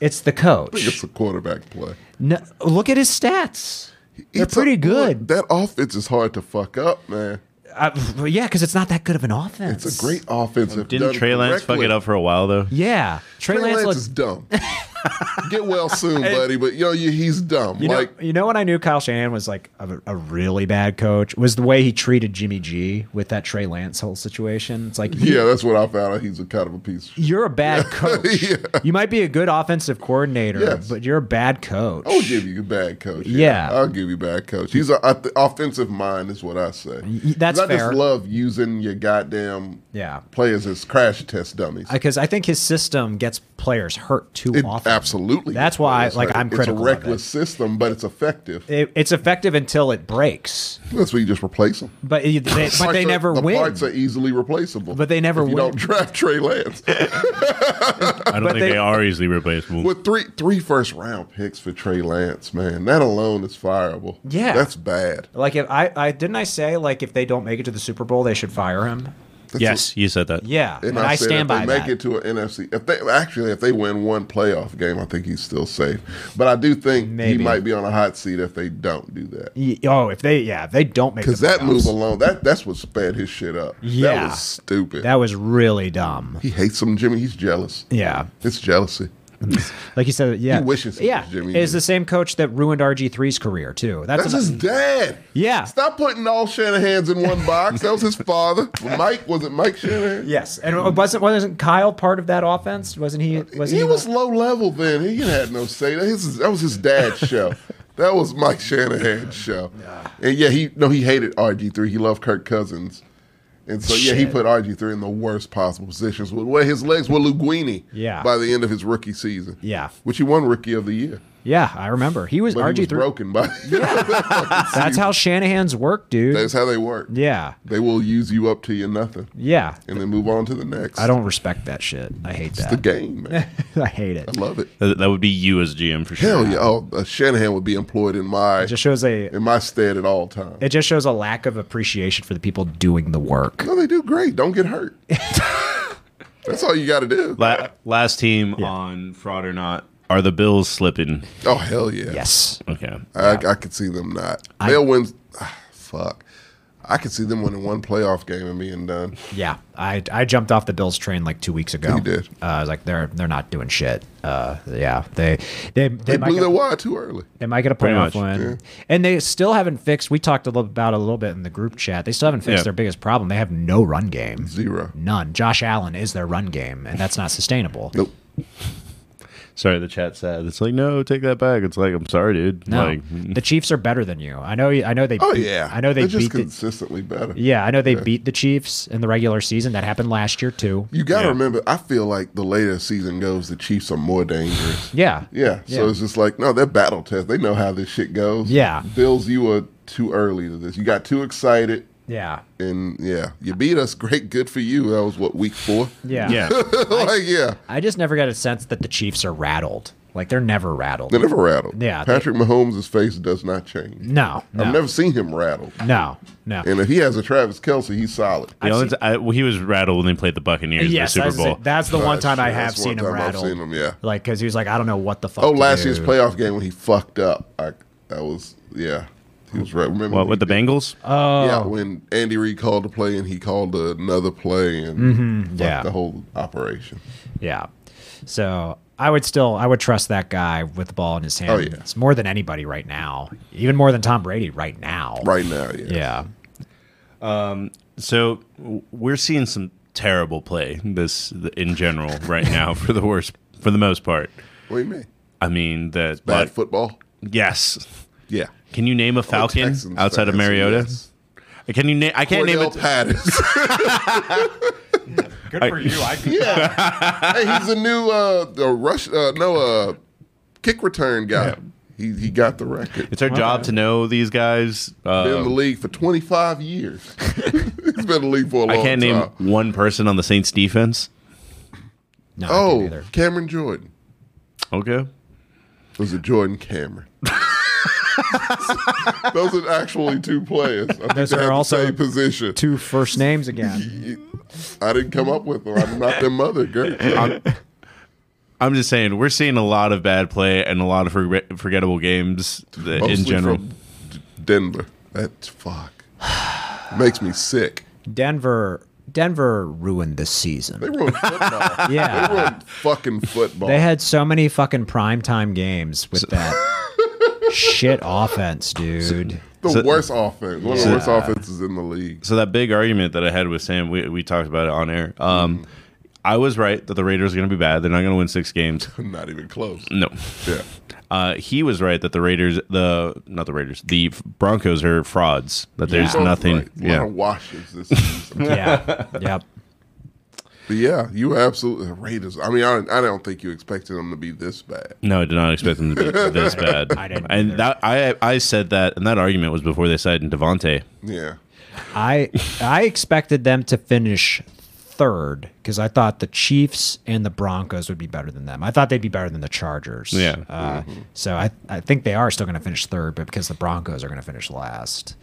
Speaker 3: It's the
Speaker 2: it's
Speaker 3: coach.
Speaker 2: a quarterback play.
Speaker 3: No, look at his stats. They're
Speaker 2: It's a-
Speaker 3: pretty good.
Speaker 2: That offense is hard to fuck up, man.
Speaker 3: Uh, yeah, cuz it's not that good of an offense.
Speaker 2: It's a great offense. if
Speaker 1: Didn't
Speaker 2: done
Speaker 1: Trey Lance fuck
Speaker 2: correctly.
Speaker 1: it up for a while, though?
Speaker 3: Yeah. Trey,
Speaker 2: Trey Lance,
Speaker 3: Lance, looks
Speaker 2: is dumb. Get well soon, buddy. But yo, you- he's dumb.
Speaker 3: You know,
Speaker 2: like
Speaker 3: you know when I knew Kyle Shanahan was like a, a really bad coach was the way he treated Jimmy G with that Trey Lance whole situation. It's like
Speaker 2: yeah, that's what I found out. He's a kind of a piece. Of shit.
Speaker 3: you're a bad coach.
Speaker 2: Yeah.
Speaker 3: You might be a good offensive coordinator,
Speaker 2: Yes. Oh,
Speaker 3: but you're a bad coach.
Speaker 2: I'll give you bad coach.
Speaker 3: Yeah.
Speaker 2: I'll give you bad coach. He's an offensive mind, is what I say.
Speaker 3: that's
Speaker 2: 'Cause I
Speaker 3: fair.
Speaker 2: just love using your goddamn
Speaker 3: Yeah.
Speaker 2: players as crash test dummies.
Speaker 3: because Uh, I think his system gets players hurt too
Speaker 2: It
Speaker 3: often.
Speaker 2: absolutely.
Speaker 3: That's why,
Speaker 2: It's
Speaker 3: like, I'm critical
Speaker 2: It's a
Speaker 3: of it.
Speaker 2: reckless system, but it's effective.
Speaker 3: It- it's effective until it breaks,
Speaker 2: That's where you just replace them.
Speaker 3: but it- they, but they
Speaker 2: Parts are-
Speaker 3: never
Speaker 2: the
Speaker 3: win.
Speaker 2: Parts are easily replaceable,
Speaker 3: But they never
Speaker 2: if you
Speaker 3: win.
Speaker 2: Don't draft Trey Lance.
Speaker 1: I don't think
Speaker 3: they-
Speaker 1: they, are easily replaceable.
Speaker 2: With three three first round picks for Trey Lance, man, that alone is fireable.
Speaker 3: Yeah.
Speaker 2: that's bad.
Speaker 3: Like if I, I didn't I say like if they don't make it to the Super Bowl they should fire him.
Speaker 1: yes, you said that.
Speaker 3: Yeah, and, I,
Speaker 2: said
Speaker 3: stand
Speaker 2: if they
Speaker 3: by
Speaker 2: make
Speaker 3: that.
Speaker 2: it to an NFC. If they actually, if they win one playoff game, I think he's still safe. But I do think
Speaker 3: Maybe.
Speaker 2: he might be on a hot seat if they don't do that.
Speaker 3: Y- Oh, if they yeah, if they don't make
Speaker 2: Because
Speaker 3: the
Speaker 2: that
Speaker 3: playoffs.
Speaker 2: move alone, that that's what sped his shit up. that
Speaker 3: Yeah.
Speaker 2: was stupid.
Speaker 3: That was really dumb.
Speaker 2: he hates him, Jimmy. He's jealous.
Speaker 3: Yeah.
Speaker 2: It's jealousy.
Speaker 3: Like you said, yeah,
Speaker 2: You wish it's
Speaker 3: yeah,
Speaker 2: Jimmy
Speaker 3: is
Speaker 2: G.
Speaker 3: the same coach that ruined RG3's career too. That's,
Speaker 2: That's
Speaker 3: an-
Speaker 2: his dad.
Speaker 3: Yeah.
Speaker 2: Stop putting all Shanahan's in one box. That was his father. Mike was it Mike Shanahan?
Speaker 3: yes, and wasn't wasn't Kyle part of that offense? Wasn't he? Wasn't
Speaker 2: He
Speaker 3: he,
Speaker 2: was
Speaker 3: the-
Speaker 2: low level then. He had no say. That, his, that was his dad's show. That was Mike Shanahan's show. And yeah, he no, he hated RG three. He loved Kirk Cousins. And so yeah, he
Speaker 3: Shit.
Speaker 2: put RG three in the worst possible positions where his legs were Luguini
Speaker 3: Yeah.
Speaker 2: by the end of his rookie season.
Speaker 3: Yeah.
Speaker 2: Which he won rookie of the year.
Speaker 3: yeah, I remember he was
Speaker 2: But he was
Speaker 3: RG3.
Speaker 2: broken by That's
Speaker 3: That's how Shanahan's work, dude.
Speaker 2: That's how they work.
Speaker 3: yeah,
Speaker 2: They will use you up to your nothing.
Speaker 3: yeah.
Speaker 2: and then move on to the next.
Speaker 3: I don't respect that shit. I hate
Speaker 2: It's the
Speaker 3: that.
Speaker 2: game, man.
Speaker 3: I hate it.
Speaker 2: I love it.
Speaker 1: That, that would be you as GM for sure.
Speaker 2: Hell yeah! Oh, uh, Shanahan would be employed in my
Speaker 3: It just shows a
Speaker 2: in my stead at all times.
Speaker 3: it just shows a lack of appreciation for the people doing the work.
Speaker 2: No, they do great. Don't get hurt. That's all you got to do.
Speaker 1: La- last team on fraud or not are the Bills slipping.
Speaker 2: Oh hell yeah!
Speaker 3: Yes.
Speaker 1: Okay.
Speaker 2: I, I could see them not. They'll win. ah, fuck. I could see them winning one playoff game and being done.
Speaker 3: Yeah, I, I jumped off the Bills train like two weeks ago.
Speaker 2: You did.
Speaker 3: Uh, I was like, they're they're not doing shit. Uh, yeah, they they they,
Speaker 2: They
Speaker 3: might
Speaker 2: blew
Speaker 3: get,
Speaker 2: their wad too early.
Speaker 3: they might get a
Speaker 1: Pretty much.
Speaker 3: playoff win, and they still haven't fixed. We talked a little, about it a little bit in the group chat. They still haven't fixed
Speaker 1: Yeah.
Speaker 3: their biggest problem. They have no run game,
Speaker 2: Zero.
Speaker 3: none. Josh Allen is their run game, and that's not sustainable.
Speaker 2: Nope.
Speaker 1: Sorry, the chat said it's like no, take that back. It's like I'm sorry, dude.
Speaker 3: No,
Speaker 1: Like
Speaker 3: the Chiefs are better than you. I know. I know they.
Speaker 2: Oh
Speaker 3: beat-
Speaker 2: yeah.
Speaker 3: I know they
Speaker 2: They're just
Speaker 3: beat. The,
Speaker 2: consistently better.
Speaker 3: yeah, I know they beat the Chiefs in the regular season. That happened last year too.
Speaker 2: You got
Speaker 1: Yeah.
Speaker 2: to remember. I feel like the later a season goes, the Chiefs are more dangerous.
Speaker 3: Yeah.
Speaker 2: Yeah. So
Speaker 3: Yeah.
Speaker 2: it's just like, no, they're battle test. They know how this shit goes.
Speaker 3: Yeah.
Speaker 2: Bills, you were too early to this. You got too excited.
Speaker 3: Yeah.
Speaker 2: And yeah, you beat us. Great. Good for you. That was what, week four?
Speaker 3: Yeah.
Speaker 1: yeah.
Speaker 2: like, yeah.
Speaker 3: I just never got a sense that the Chiefs are rattled. Like they're never rattled.
Speaker 2: They never rattled.
Speaker 3: Yeah, they-
Speaker 2: Patrick Mahomes' face does not change.
Speaker 3: No, no,
Speaker 2: I've never seen him rattled.
Speaker 3: no, no.
Speaker 2: And if he has a Travis Kelsey, he's solid.
Speaker 1: The only t- I, well, he was rattled when they played the Buccaneers
Speaker 3: Yes,
Speaker 1: in the
Speaker 3: that's,
Speaker 1: Super Bowl.
Speaker 3: that's the one
Speaker 2: Uh,
Speaker 3: time I
Speaker 2: shit,
Speaker 3: have
Speaker 2: that's one
Speaker 3: seen him
Speaker 2: time I've
Speaker 3: rattled.
Speaker 2: seen him, yeah.
Speaker 3: Like because he was like, I don't know what the fuck.
Speaker 2: Oh,
Speaker 3: to
Speaker 2: last
Speaker 3: do.
Speaker 2: year's playoff game when he fucked up. I, that was, yeah. He was right. Remember
Speaker 1: What
Speaker 2: he
Speaker 1: with the
Speaker 2: did-
Speaker 1: Bengals?
Speaker 2: Yeah,
Speaker 3: Oh.
Speaker 2: when Andy Reid called a play and he called another play and fucked
Speaker 3: Mm-hmm. yeah.
Speaker 2: the whole operation.
Speaker 3: Yeah. So I would still, I would trust that guy with the ball in his hand.
Speaker 2: Oh, yeah.
Speaker 3: It's more than anybody right now, even more than Tom Brady right now.
Speaker 2: Right now, yeah.
Speaker 3: Yeah.
Speaker 1: So w- we're seeing some terrible play this in general right now for the worst for the most part.
Speaker 2: What do you mean?
Speaker 1: I mean that
Speaker 2: Bad
Speaker 1: but-
Speaker 2: football?
Speaker 1: yes.
Speaker 2: Yeah.
Speaker 1: Can you name a Falcon
Speaker 2: Texans
Speaker 1: outside of
Speaker 2: fans,
Speaker 1: Mariota?
Speaker 2: yes.
Speaker 1: Can you name? I can't
Speaker 2: Cordell
Speaker 1: name it.
Speaker 2: Patterson.
Speaker 3: Good for you. I
Speaker 2: yeah. Hey, he's a new uh the rush uh no uh kick return guy. He he got the record.
Speaker 1: It's our job to know these guys.
Speaker 2: been in the
Speaker 1: Uh,
Speaker 2: league for 25 years. he's been in the league for a long
Speaker 1: I
Speaker 2: time.
Speaker 1: can't name
Speaker 2: uh,
Speaker 1: one person on the Saints defense.
Speaker 3: no, I couldn't
Speaker 2: Oh,
Speaker 3: either.
Speaker 2: Cameron Jordan.
Speaker 1: Okay.
Speaker 2: Was it Jordan Cameron? Those are actually two players. I think
Speaker 3: Those
Speaker 2: they
Speaker 3: are
Speaker 2: have the
Speaker 3: also
Speaker 2: same position.
Speaker 3: two first names again.
Speaker 2: I didn't come up with them. I'm not their mother, girl.
Speaker 1: I'm, I'm just saying we're seeing a lot of bad play and a lot of forget- forgettable games that, in general.
Speaker 2: from D- Denver. That's fuck. Makes me sick.
Speaker 3: Denver, Denver ruined this season.
Speaker 2: They ruined football.
Speaker 3: Yeah.
Speaker 2: They ruined fucking football.
Speaker 3: They had so many fucking primetime games with that shit offense, dude.
Speaker 2: the
Speaker 1: So-
Speaker 2: worst offense. One of the
Speaker 1: Yeah.
Speaker 2: worst offenses in the league.
Speaker 1: so that big argument that I had with Sam, we, we talked about it on air. Um, I was right that the Raiders are going to be bad. They're not going to win six games.
Speaker 2: Not even close.
Speaker 1: No.
Speaker 2: Yeah.
Speaker 1: Uh, he was right that the Raiders, the not the Raiders, the Broncos are frauds. That there's
Speaker 2: Both
Speaker 1: nothing.
Speaker 2: right. A
Speaker 1: Yeah.
Speaker 2: lot of washes this season.
Speaker 3: Yeah. Yep.
Speaker 2: but yeah, you were absolutely the Raiders. I mean, I, I don't think you expected them to be this bad.
Speaker 1: No, I did not expect them to be this bad.
Speaker 3: I didn't either.
Speaker 1: And that I I said that, and that argument was before they signed Devontae.
Speaker 2: Yeah.
Speaker 3: I I expected them to finish third because I thought the Chiefs and the Broncos would be better than them. I thought they'd be better than the Chargers.
Speaker 1: Yeah.
Speaker 3: Uh, So I I think they are still going to finish third, but because the Broncos are going to finish last.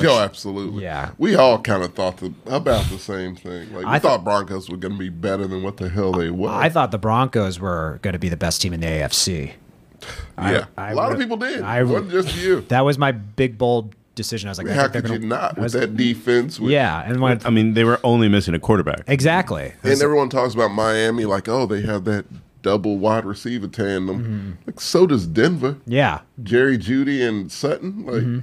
Speaker 2: Oh, absolutely.
Speaker 3: Yeah.
Speaker 2: We all kind of thought the, about the same thing. Like, we
Speaker 3: I
Speaker 2: thought Broncos were going to be better than what the hell they were.
Speaker 3: I thought the Broncos were going to be the best team in the AFC.
Speaker 2: yeah. a
Speaker 3: I
Speaker 2: lot of
Speaker 3: would-
Speaker 2: people did.
Speaker 3: I
Speaker 2: it
Speaker 3: would-
Speaker 2: wasn't just you.
Speaker 3: That was my big bold decision. I was like, I
Speaker 2: How
Speaker 3: think they're
Speaker 2: could you
Speaker 3: gonna-
Speaker 2: not with
Speaker 3: I was-
Speaker 2: that defense? With,
Speaker 3: Yeah, and when
Speaker 1: I mean, they were only missing a quarterback.
Speaker 3: exactly.
Speaker 2: And everyone talks about Miami like, oh, they have that double wide receiver tandem.
Speaker 3: Mm-hmm.
Speaker 2: Like so does Denver.
Speaker 3: Yeah.
Speaker 2: Jerry Judy and Sutton. Like
Speaker 3: Mm-hmm.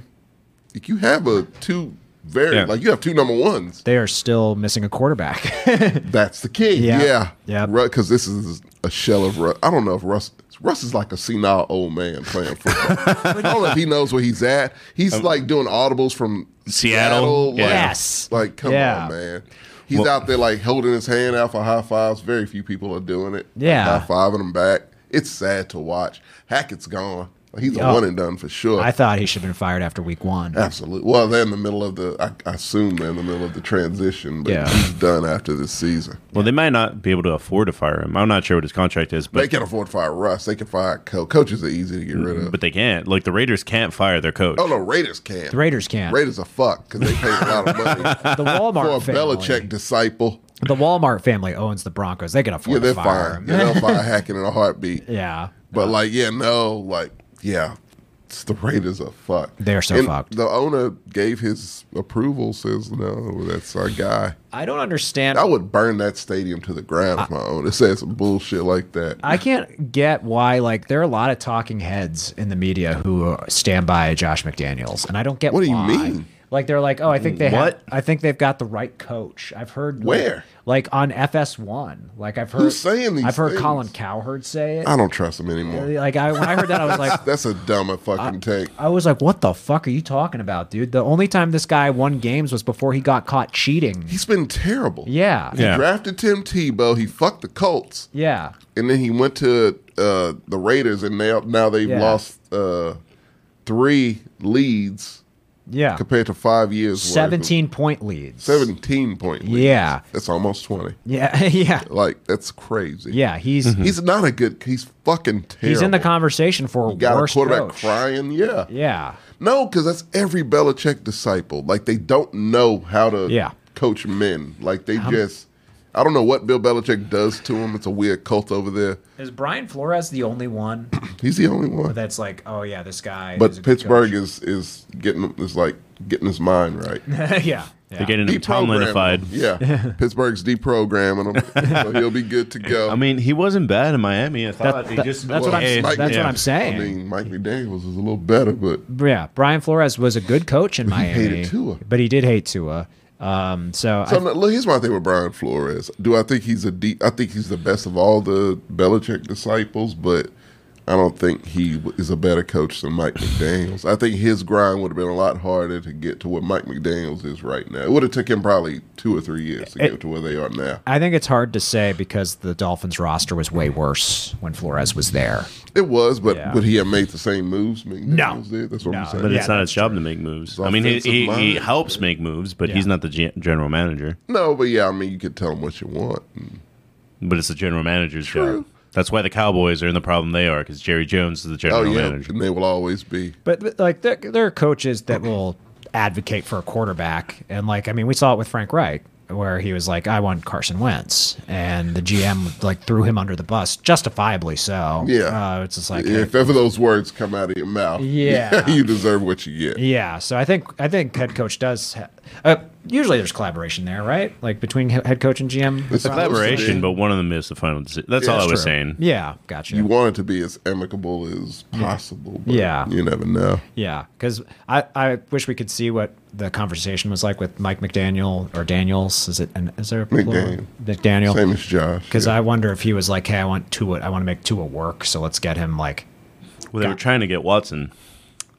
Speaker 2: like, you have a two very
Speaker 1: Yeah.
Speaker 2: like you have two number ones.
Speaker 3: They are still missing a quarterback.
Speaker 2: That's the key.
Speaker 3: Yeah.
Speaker 2: Yeah.
Speaker 3: Yep.
Speaker 2: Because this is a shell of Russ. I don't know if Russ. Russ is like a senile old man playing football. I don't know if he knows where he's at. He's
Speaker 3: Um,
Speaker 2: like doing audibles from
Speaker 1: Seattle?
Speaker 2: Like,
Speaker 3: Yes.
Speaker 2: Like, come
Speaker 3: Yeah.
Speaker 2: on, man. He's
Speaker 1: Well-
Speaker 2: out there like holding his hand out for high fives. Very few people are doing it.
Speaker 3: Yeah.
Speaker 2: High fiving him back. It's sad to watch. Hackett's gone. He's
Speaker 3: Yeah.
Speaker 2: a one and done for sure.
Speaker 3: I thought he should have been fired after week one.
Speaker 2: Absolutely. Well, they're in the middle of the. I, I assume they're in the middle of the transition, but
Speaker 3: Yeah.
Speaker 2: he's done after this season.
Speaker 1: Well, they might not be able to afford to fire him. I'm not sure what his contract is,
Speaker 2: They
Speaker 1: but
Speaker 2: can afford to fire Russ. They can fire co- coaches. Are easy to get
Speaker 3: Mm-hmm.
Speaker 2: rid of.
Speaker 1: but they can't. Like the Raiders can't fire their coach.
Speaker 2: oh no, Raiders can.
Speaker 3: The Raiders can't.
Speaker 2: Raiders are fucked because they pay a lot of money
Speaker 3: the
Speaker 2: for
Speaker 3: Walmart
Speaker 2: a
Speaker 3: family.
Speaker 2: Belichick disciple.
Speaker 3: The Walmart family owns the Broncos. They can
Speaker 2: Yeah,
Speaker 3: afford
Speaker 2: they're
Speaker 3: to fire
Speaker 2: fine.
Speaker 3: him.
Speaker 2: Yeah, they'll fire hacking in a heartbeat.
Speaker 3: Yeah.
Speaker 2: But like, yeah, no, like, yeah, it's the Raiders are fucked.
Speaker 3: They're so
Speaker 2: And
Speaker 3: fucked.
Speaker 2: The owner gave his approval. Says no, that's our guy.
Speaker 3: I don't understand.
Speaker 2: I would burn that stadium to the ground if my own. It says some bullshit like that.
Speaker 3: I can't get why like there are a lot of talking heads in the media who stand by Josh McDaniels, and I don't get
Speaker 2: What do you
Speaker 3: why.
Speaker 2: mean?
Speaker 3: Like they're like, oh, I think they have-
Speaker 1: What?
Speaker 3: I think they've got the right coach. I've heard like-
Speaker 2: Where?
Speaker 3: like, on FS1. Like I've heard
Speaker 2: Who's saying these
Speaker 3: I've heard
Speaker 2: things?
Speaker 3: Colin Cowherd say it.
Speaker 2: I don't trust him anymore.
Speaker 3: like I when I heard that, I was like,
Speaker 2: That's a dumber fucking take.
Speaker 3: I was like, what the fuck are you talking about, dude? The only time this guy won games was before he got caught cheating.
Speaker 2: He's been terrible.
Speaker 3: Yeah,
Speaker 1: Yeah.
Speaker 2: He drafted Tim Tebow. He fucked the Colts,
Speaker 3: yeah.
Speaker 2: and then he went to uh, the Raiders, and now now they've
Speaker 3: Yeah.
Speaker 2: lost uh, three leads
Speaker 3: yeah.
Speaker 2: compared to five years. worth of-
Speaker 3: Seventeen point leads.
Speaker 2: Seventeen point. Leads.
Speaker 3: Yeah.
Speaker 2: that's almost twenty.
Speaker 3: Yeah, yeah,
Speaker 2: Like that's crazy.
Speaker 3: yeah. He's
Speaker 2: he's not a good. He's fucking terrible.
Speaker 3: He's in the conversation for
Speaker 2: Got
Speaker 3: worst
Speaker 2: a quarterback
Speaker 3: coach.
Speaker 2: crying. Yeah.
Speaker 3: Yeah,
Speaker 2: No, because that's every Belichick disciple. Like they don't know how to
Speaker 3: Yeah.
Speaker 2: coach men. Like they just, I don't know what Bill Belichick does to them. It's a weird cult over there.
Speaker 3: is Brian Flores the only one
Speaker 2: He's the only one.
Speaker 3: that's like, oh yeah, this guy? is a
Speaker 2: But
Speaker 3: good
Speaker 2: Pittsburgh is is getting is like getting his mind right.
Speaker 3: coach. yeah, yeah.
Speaker 1: They're getting him
Speaker 2: Deprogramming
Speaker 1: Tomlinified.
Speaker 2: him. Yeah, Pittsburgh's deprogramming him, so he'll be good to go.
Speaker 1: I mean, he wasn't bad in Miami. I thought
Speaker 3: That-
Speaker 1: he
Speaker 3: that-
Speaker 1: just
Speaker 3: that's what I'm-
Speaker 1: Eh,
Speaker 3: that's what
Speaker 1: yeah.
Speaker 3: I'm saying.
Speaker 2: I mean, Mike McDaniel's is a little better, but
Speaker 3: yeah, Brian Flores was a good coach in Miami,
Speaker 2: hated Tua.
Speaker 3: but he did hate Tua. Um, so
Speaker 2: So
Speaker 3: I,
Speaker 2: no, look, here's my thing with Brian Flores. Do I think he's a deep? I think he's the best of all the Belichick disciples, but I don't think he w- is a better coach than Mike McDaniel's. I think his grind would have been a lot harder to get to what Mike McDaniel's is right now. It would have took him probably two or three years
Speaker 3: Eh,
Speaker 2: to get to where they are now.
Speaker 3: I think it's hard to say because the Dolphins roster was way worse when Flores was there.
Speaker 2: It was, but
Speaker 3: Yeah.
Speaker 2: would he have made the same moves McDaniel's did? That's what I'm
Speaker 3: No.
Speaker 2: saying.
Speaker 1: But
Speaker 3: Yeah,
Speaker 1: it's not
Speaker 3: that's
Speaker 1: his job to make moves. I mean, he,
Speaker 2: offensive
Speaker 1: he, he
Speaker 2: minded.
Speaker 1: helps make moves, but he's
Speaker 3: Yeah.
Speaker 1: not the gen- general manager.
Speaker 2: no, but yeah, I mean, you could tell him what you want.
Speaker 1: But it's the general manager's
Speaker 2: True.
Speaker 1: job. That's why the Cowboys are in the problem they are because Jerry Jones is the
Speaker 2: Oh
Speaker 1: general
Speaker 2: yeah,
Speaker 1: manager.
Speaker 2: and they will always be.
Speaker 3: But, but, like there, there are coaches that will advocate for a quarterback, and like I mean, we saw it with Frank Reich, where he was like, "I want Carson Wentz," and the GM like threw him under the bus, justifiably so.
Speaker 2: Yeah.
Speaker 3: uh, it's just like.
Speaker 2: If ever those words come out of your mouth,
Speaker 3: Yeah.
Speaker 2: you deserve what you get.
Speaker 3: yeah, so I think I think head coach does. Ha- uh, usually, there's collaboration there, right? Like between he- head coach and GM.
Speaker 2: It's supposed to
Speaker 1: Collaboration,
Speaker 2: be.
Speaker 1: but one of them is the final decision. That's
Speaker 2: Yeah,
Speaker 1: all I
Speaker 2: that's
Speaker 1: was
Speaker 3: True.
Speaker 1: saying.
Speaker 3: Yeah, gotcha.
Speaker 2: you want it to be as amicable as possible. But
Speaker 3: Yeah.
Speaker 2: you never know.
Speaker 3: Yeah, because I, I wish we could see what the conversation was like with Mike McDaniel or Daniels. Is it an, is there a plural?
Speaker 2: McDaniel.
Speaker 3: McDaniel?
Speaker 2: Same as Josh.
Speaker 3: Because
Speaker 2: yeah.
Speaker 3: I wonder if he was like, "Hey, I want Tua. I want to make Tua work. So let's get him." Like
Speaker 1: Well, they were trying to get Watson.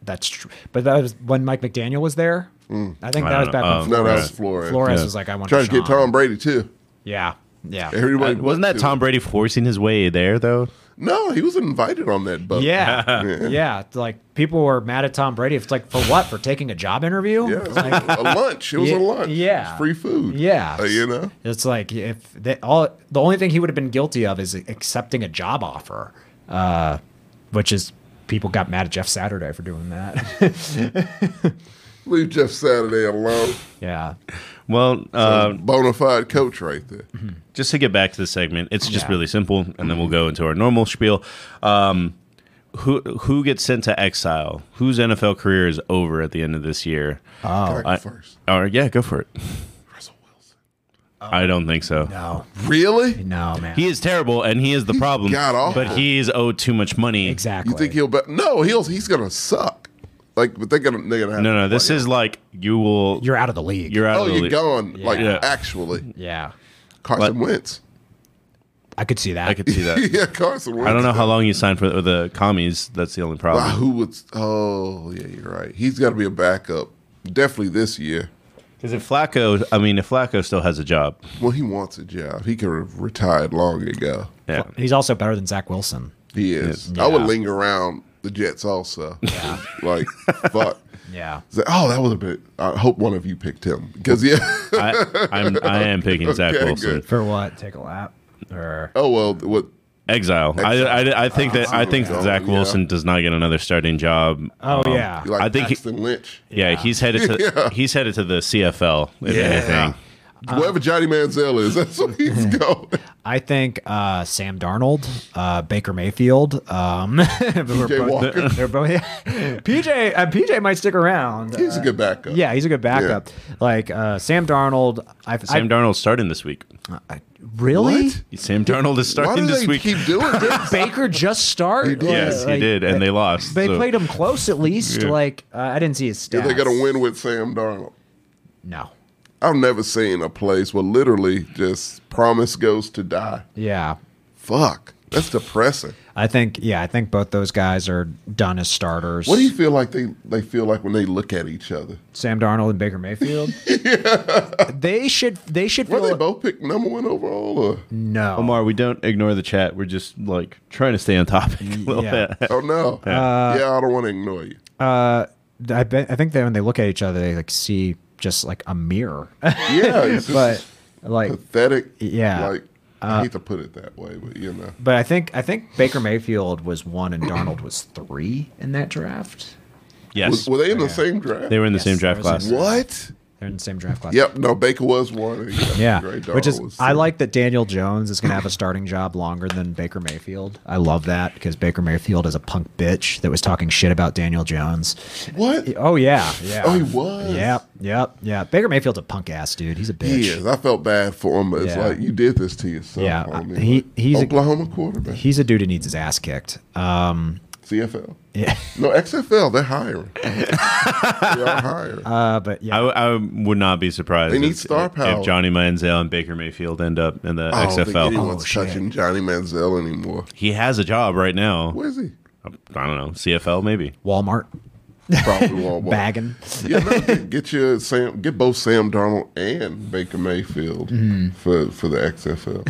Speaker 3: that's true. But that was when Mike McDaniel was there.
Speaker 2: Mm.
Speaker 3: I think
Speaker 1: I
Speaker 3: that was
Speaker 1: don't
Speaker 3: back
Speaker 1: know.
Speaker 3: when
Speaker 2: no,
Speaker 3: Flores,
Speaker 2: that was Flores.
Speaker 3: Flores
Speaker 1: Yeah.
Speaker 3: was like, "I want
Speaker 2: Trying to get
Speaker 3: Deshaun."
Speaker 2: Tom Brady too.
Speaker 3: Yeah, yeah,
Speaker 2: Everybody
Speaker 1: Uh, wasn't that
Speaker 2: to-
Speaker 1: Tom Brady forcing his way there though?
Speaker 2: No, he was invited on that boat.
Speaker 3: yeah, yeah. It's Like people were mad at Tom Brady. It's like for what? For taking a job interview?
Speaker 2: yeah.
Speaker 3: It's
Speaker 2: It was
Speaker 3: like-
Speaker 2: a lunch. It was
Speaker 3: Yeah,
Speaker 2: a lunch.
Speaker 3: yeah.
Speaker 2: It was free food.
Speaker 3: Yeah.
Speaker 2: Uh, you know.
Speaker 3: It's like if they, all the only thing he would have been guilty of is accepting a job offer, uh, which is people got mad at Jeff Saturday for doing that.
Speaker 2: Leave Jeff Saturday alone.
Speaker 3: yeah,
Speaker 1: Well, uh,
Speaker 2: Bona fide coach right there.
Speaker 1: just to get back to the segment, it's just
Speaker 3: Yeah.
Speaker 1: really simple, and then we'll go into our normal spiel. Um, who who gets sent to exile? Whose NFL career is over at the end of this year?
Speaker 2: Oh,
Speaker 1: I-
Speaker 2: first.
Speaker 1: Or yeah, go for it.
Speaker 2: Russell Wilson.
Speaker 1: I don't think so.
Speaker 3: No,
Speaker 2: Really?
Speaker 3: no, man.
Speaker 1: He is terrible, and he is the problem.
Speaker 2: god awful.
Speaker 1: But he's owed too much money.
Speaker 3: exactly.
Speaker 2: You think he'll? Be- no, he'll. He's gonna suck. Like, but they're gonna. They're gonna have
Speaker 1: No, no. This is like you will.
Speaker 3: You're out of the league.
Speaker 1: You're out
Speaker 2: Oh,
Speaker 1: of the
Speaker 2: you're
Speaker 1: league.
Speaker 2: gone. Like,
Speaker 1: Yeah.
Speaker 2: actually,
Speaker 3: yeah,
Speaker 2: Carson Wentz.
Speaker 3: I could see that.
Speaker 1: I could see that.
Speaker 2: yeah, Carson Wentz.
Speaker 1: I don't know how long you signed for the commies. That's the only problem.
Speaker 2: Wow, who would? Oh, yeah, you're right. He's got to be a backup. Definitely this year.
Speaker 1: Because if Flacco, I mean, if Flacco still has a job,
Speaker 2: Well, he wants a job. He could have retired long ago.
Speaker 1: yeah.
Speaker 3: He's also better than Zach Wilson.
Speaker 2: He is. I would linger around the Jets also. Yeah. like, fuck.
Speaker 3: Yeah.
Speaker 2: It's like, oh, that was a bit. I hope one of you picked him because yeah.
Speaker 1: I, I'm, I am picking Zach
Speaker 2: Okay,
Speaker 1: Wilson.
Speaker 2: good.
Speaker 3: For what? Take a lap. Or
Speaker 2: oh well, what?
Speaker 1: Exile. I, I, I think that I think that
Speaker 2: Exile,
Speaker 1: Zach
Speaker 2: yeah.
Speaker 1: Wilson does not get another starting job.
Speaker 3: oh yeah,
Speaker 2: You like
Speaker 1: I think he-
Speaker 2: Paxton Lynch.
Speaker 1: Yeah, he's headed to he's headed to the CFL. If anything, Uh-huh.
Speaker 2: Whatever Johnny Manziel is, that's what he's going.
Speaker 3: I think uh, Sam Darnold, uh, Baker Mayfield, um,
Speaker 2: Jay
Speaker 3: PJ
Speaker 2: Walker.
Speaker 3: They're both PJ. Uh, PJ might stick around.
Speaker 2: He's a
Speaker 3: Uh,
Speaker 2: good backup.
Speaker 3: yeah, he's a good backup. Like uh, Sam Darnold. I've,
Speaker 1: Sam Darnold's starting this week.
Speaker 3: I've, really.
Speaker 2: What?
Speaker 1: Sam Darnold is
Speaker 2: Why do
Speaker 1: starting
Speaker 2: they
Speaker 1: this week.
Speaker 2: keep doing this?
Speaker 3: Baker just started.
Speaker 1: yes, he did, and they lost.
Speaker 3: They
Speaker 1: so-
Speaker 3: played him close at least.
Speaker 1: Yeah.
Speaker 3: Like uh, I didn't see his
Speaker 2: If
Speaker 3: stats.
Speaker 2: They're gonna win with Sam Darnold.
Speaker 3: No.
Speaker 2: I've never seen a place where literally just promise goes to die.
Speaker 3: Yeah.
Speaker 2: Fuck, that's depressing.
Speaker 3: I think yeah, I think both those guys are done as starters.
Speaker 2: What do you feel like they they feel like when they look at each other?
Speaker 3: Sam Darnold and Baker Mayfield? They should they should
Speaker 2: Were
Speaker 3: feel
Speaker 2: they both Oh, picked number one overall? Or?
Speaker 3: no.
Speaker 1: Omar, we don't ignore the chat. We're just like trying to stay on topic a little
Speaker 3: Yeah.
Speaker 1: bit.
Speaker 2: Oh no! yeah, I don't want to ignore you.
Speaker 3: I bet, I think that when they look at each other they like see just like a mirror.
Speaker 2: Yeah, it's just
Speaker 3: but like
Speaker 2: pathetic.
Speaker 3: yeah. Uh,
Speaker 2: like I hate to put it that way, but you know,
Speaker 3: but I think I think Baker Mayfield was 1 and Darnold was 3 in that draft.
Speaker 1: Yes,
Speaker 2: was, were they in the same draft?
Speaker 1: they were in the same draft
Speaker 3: I was
Speaker 1: class.
Speaker 3: in-
Speaker 2: what?
Speaker 3: They're in the same draft class.
Speaker 2: Yep. No, Baker was one.
Speaker 3: Yeah,
Speaker 2: Great
Speaker 3: which is
Speaker 2: was
Speaker 3: I
Speaker 2: two.
Speaker 3: like that Daniel Jones is going to have a starting job longer than Baker Mayfield. I love that because Baker Mayfield is a punk bitch that was talking shit about Daniel Jones.
Speaker 2: what?
Speaker 3: Oh yeah, yeah.
Speaker 2: Oh, he was.
Speaker 3: Yep, yep, yeah. Baker Mayfield's a punk ass dude. He's a bitch.
Speaker 2: He is. I felt bad for him, but it's
Speaker 3: Yeah.
Speaker 2: like you did this to yourself.
Speaker 3: Yeah,
Speaker 2: homie.
Speaker 3: uh, he- he's a-
Speaker 2: Oklahoma quarterback.
Speaker 3: He's a dude who needs his ass kicked. Um,
Speaker 2: CFL.
Speaker 3: yeah,
Speaker 2: No, XFL. They're hiring. they're hiring.
Speaker 3: uh, but
Speaker 1: I,
Speaker 3: yeah,
Speaker 1: w- I would not be surprised.
Speaker 2: They need
Speaker 1: if-
Speaker 2: star power.
Speaker 1: If Johnny Manziel and Baker Mayfield end up in the
Speaker 2: I don't think
Speaker 1: XFL,
Speaker 2: anyone's
Speaker 3: Oh, shit.
Speaker 2: touching Johnny Manziel anymore.
Speaker 1: he has a job right now.
Speaker 2: Where is he?
Speaker 1: I don't know. CFL maybe.
Speaker 3: Walmart
Speaker 2: Probably Walmart.
Speaker 3: bagging.
Speaker 2: Yeah, no, get, get your Sam, get both Sam Darnold and Baker Mayfield
Speaker 3: Mm-hmm.
Speaker 2: for for the XFL.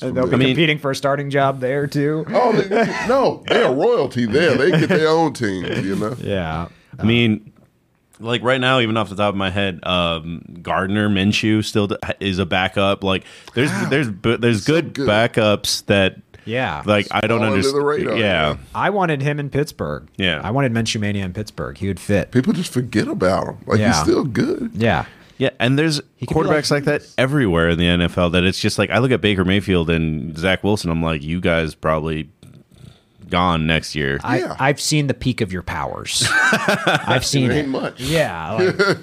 Speaker 3: They'll be
Speaker 1: mean-
Speaker 3: competing for a starting job there too.
Speaker 2: Oh they, no, they are royalty there. They get their own team. You know,
Speaker 3: Yeah,
Speaker 1: I mean, Uh, like right now, even off the top of my head, um, Gardner Minshew still d- is a backup. Like there's there's bu- there's good,
Speaker 2: good.
Speaker 1: backups that
Speaker 3: yeah.
Speaker 1: like I don't
Speaker 2: Fall under the
Speaker 1: understand.
Speaker 2: radar,
Speaker 1: yeah.
Speaker 2: man.
Speaker 3: I wanted him in Pittsburgh.
Speaker 1: Yeah.
Speaker 3: I wanted Menschumania in Pittsburgh. He would fit.
Speaker 2: people just forget about him. Like he's
Speaker 3: Yeah.
Speaker 2: still good.
Speaker 3: Yeah.
Speaker 1: Yeah, and there's
Speaker 3: could be
Speaker 1: quarterbacks like,
Speaker 3: like
Speaker 1: that everywhere in the NFL. That it's just like I look at Baker Mayfield and Zach Wilson. I'm like, you guys probably gone next year.
Speaker 3: I,
Speaker 2: Yeah.
Speaker 3: I've seen the peak of your powers. I've seen
Speaker 2: Ain't
Speaker 3: it.
Speaker 2: much.
Speaker 3: Yeah,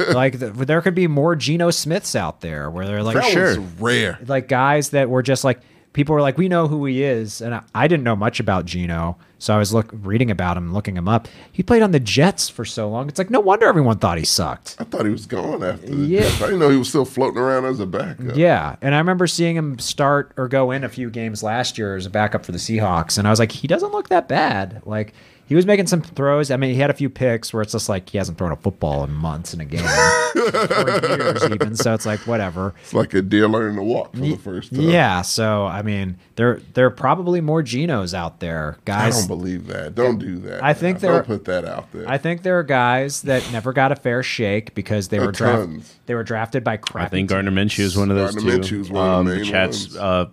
Speaker 3: like, like the, there could be more Geno Smiths out there where they're like,
Speaker 2: that was
Speaker 1: sure.
Speaker 2: rare.
Speaker 3: like guys that were just like people were like, we know who he is, and I, I didn't know much about Geno, so I was look reading about him, looking him up. He played on the Jets for so long. It's like no wonder everyone thought he sucked.
Speaker 2: I thought he was gone after the
Speaker 3: Yeah.
Speaker 2: Jets. I didn't know he was still floating around as a backup.
Speaker 3: Yeah, and I remember seeing him start or go in a few games last year as a backup for the Seahawks, and I was like, he doesn't look that bad. Like he was making some throws. I mean, he had a few picks where it's just like he hasn't thrown a football in months in a game, or years even. So it's like whatever.
Speaker 2: It's like a deer learning to walk for the first time.
Speaker 3: Yeah, so I mean, there there are probably more Genos out there,
Speaker 2: I
Speaker 3: guys.
Speaker 2: don't believe that. Don't do that.
Speaker 3: I
Speaker 2: man.
Speaker 3: think there-
Speaker 2: don't put that out there.
Speaker 3: I think there are guys that never got a fair shake because they were drafted.
Speaker 2: tons.
Speaker 3: They were drafted by crappy.
Speaker 1: I think Gardner Minshew is one of those
Speaker 2: Gardner
Speaker 1: two.
Speaker 2: Minshew's one of the
Speaker 1: Um,
Speaker 2: main
Speaker 1: Chat's
Speaker 2: ones.
Speaker 1: uh,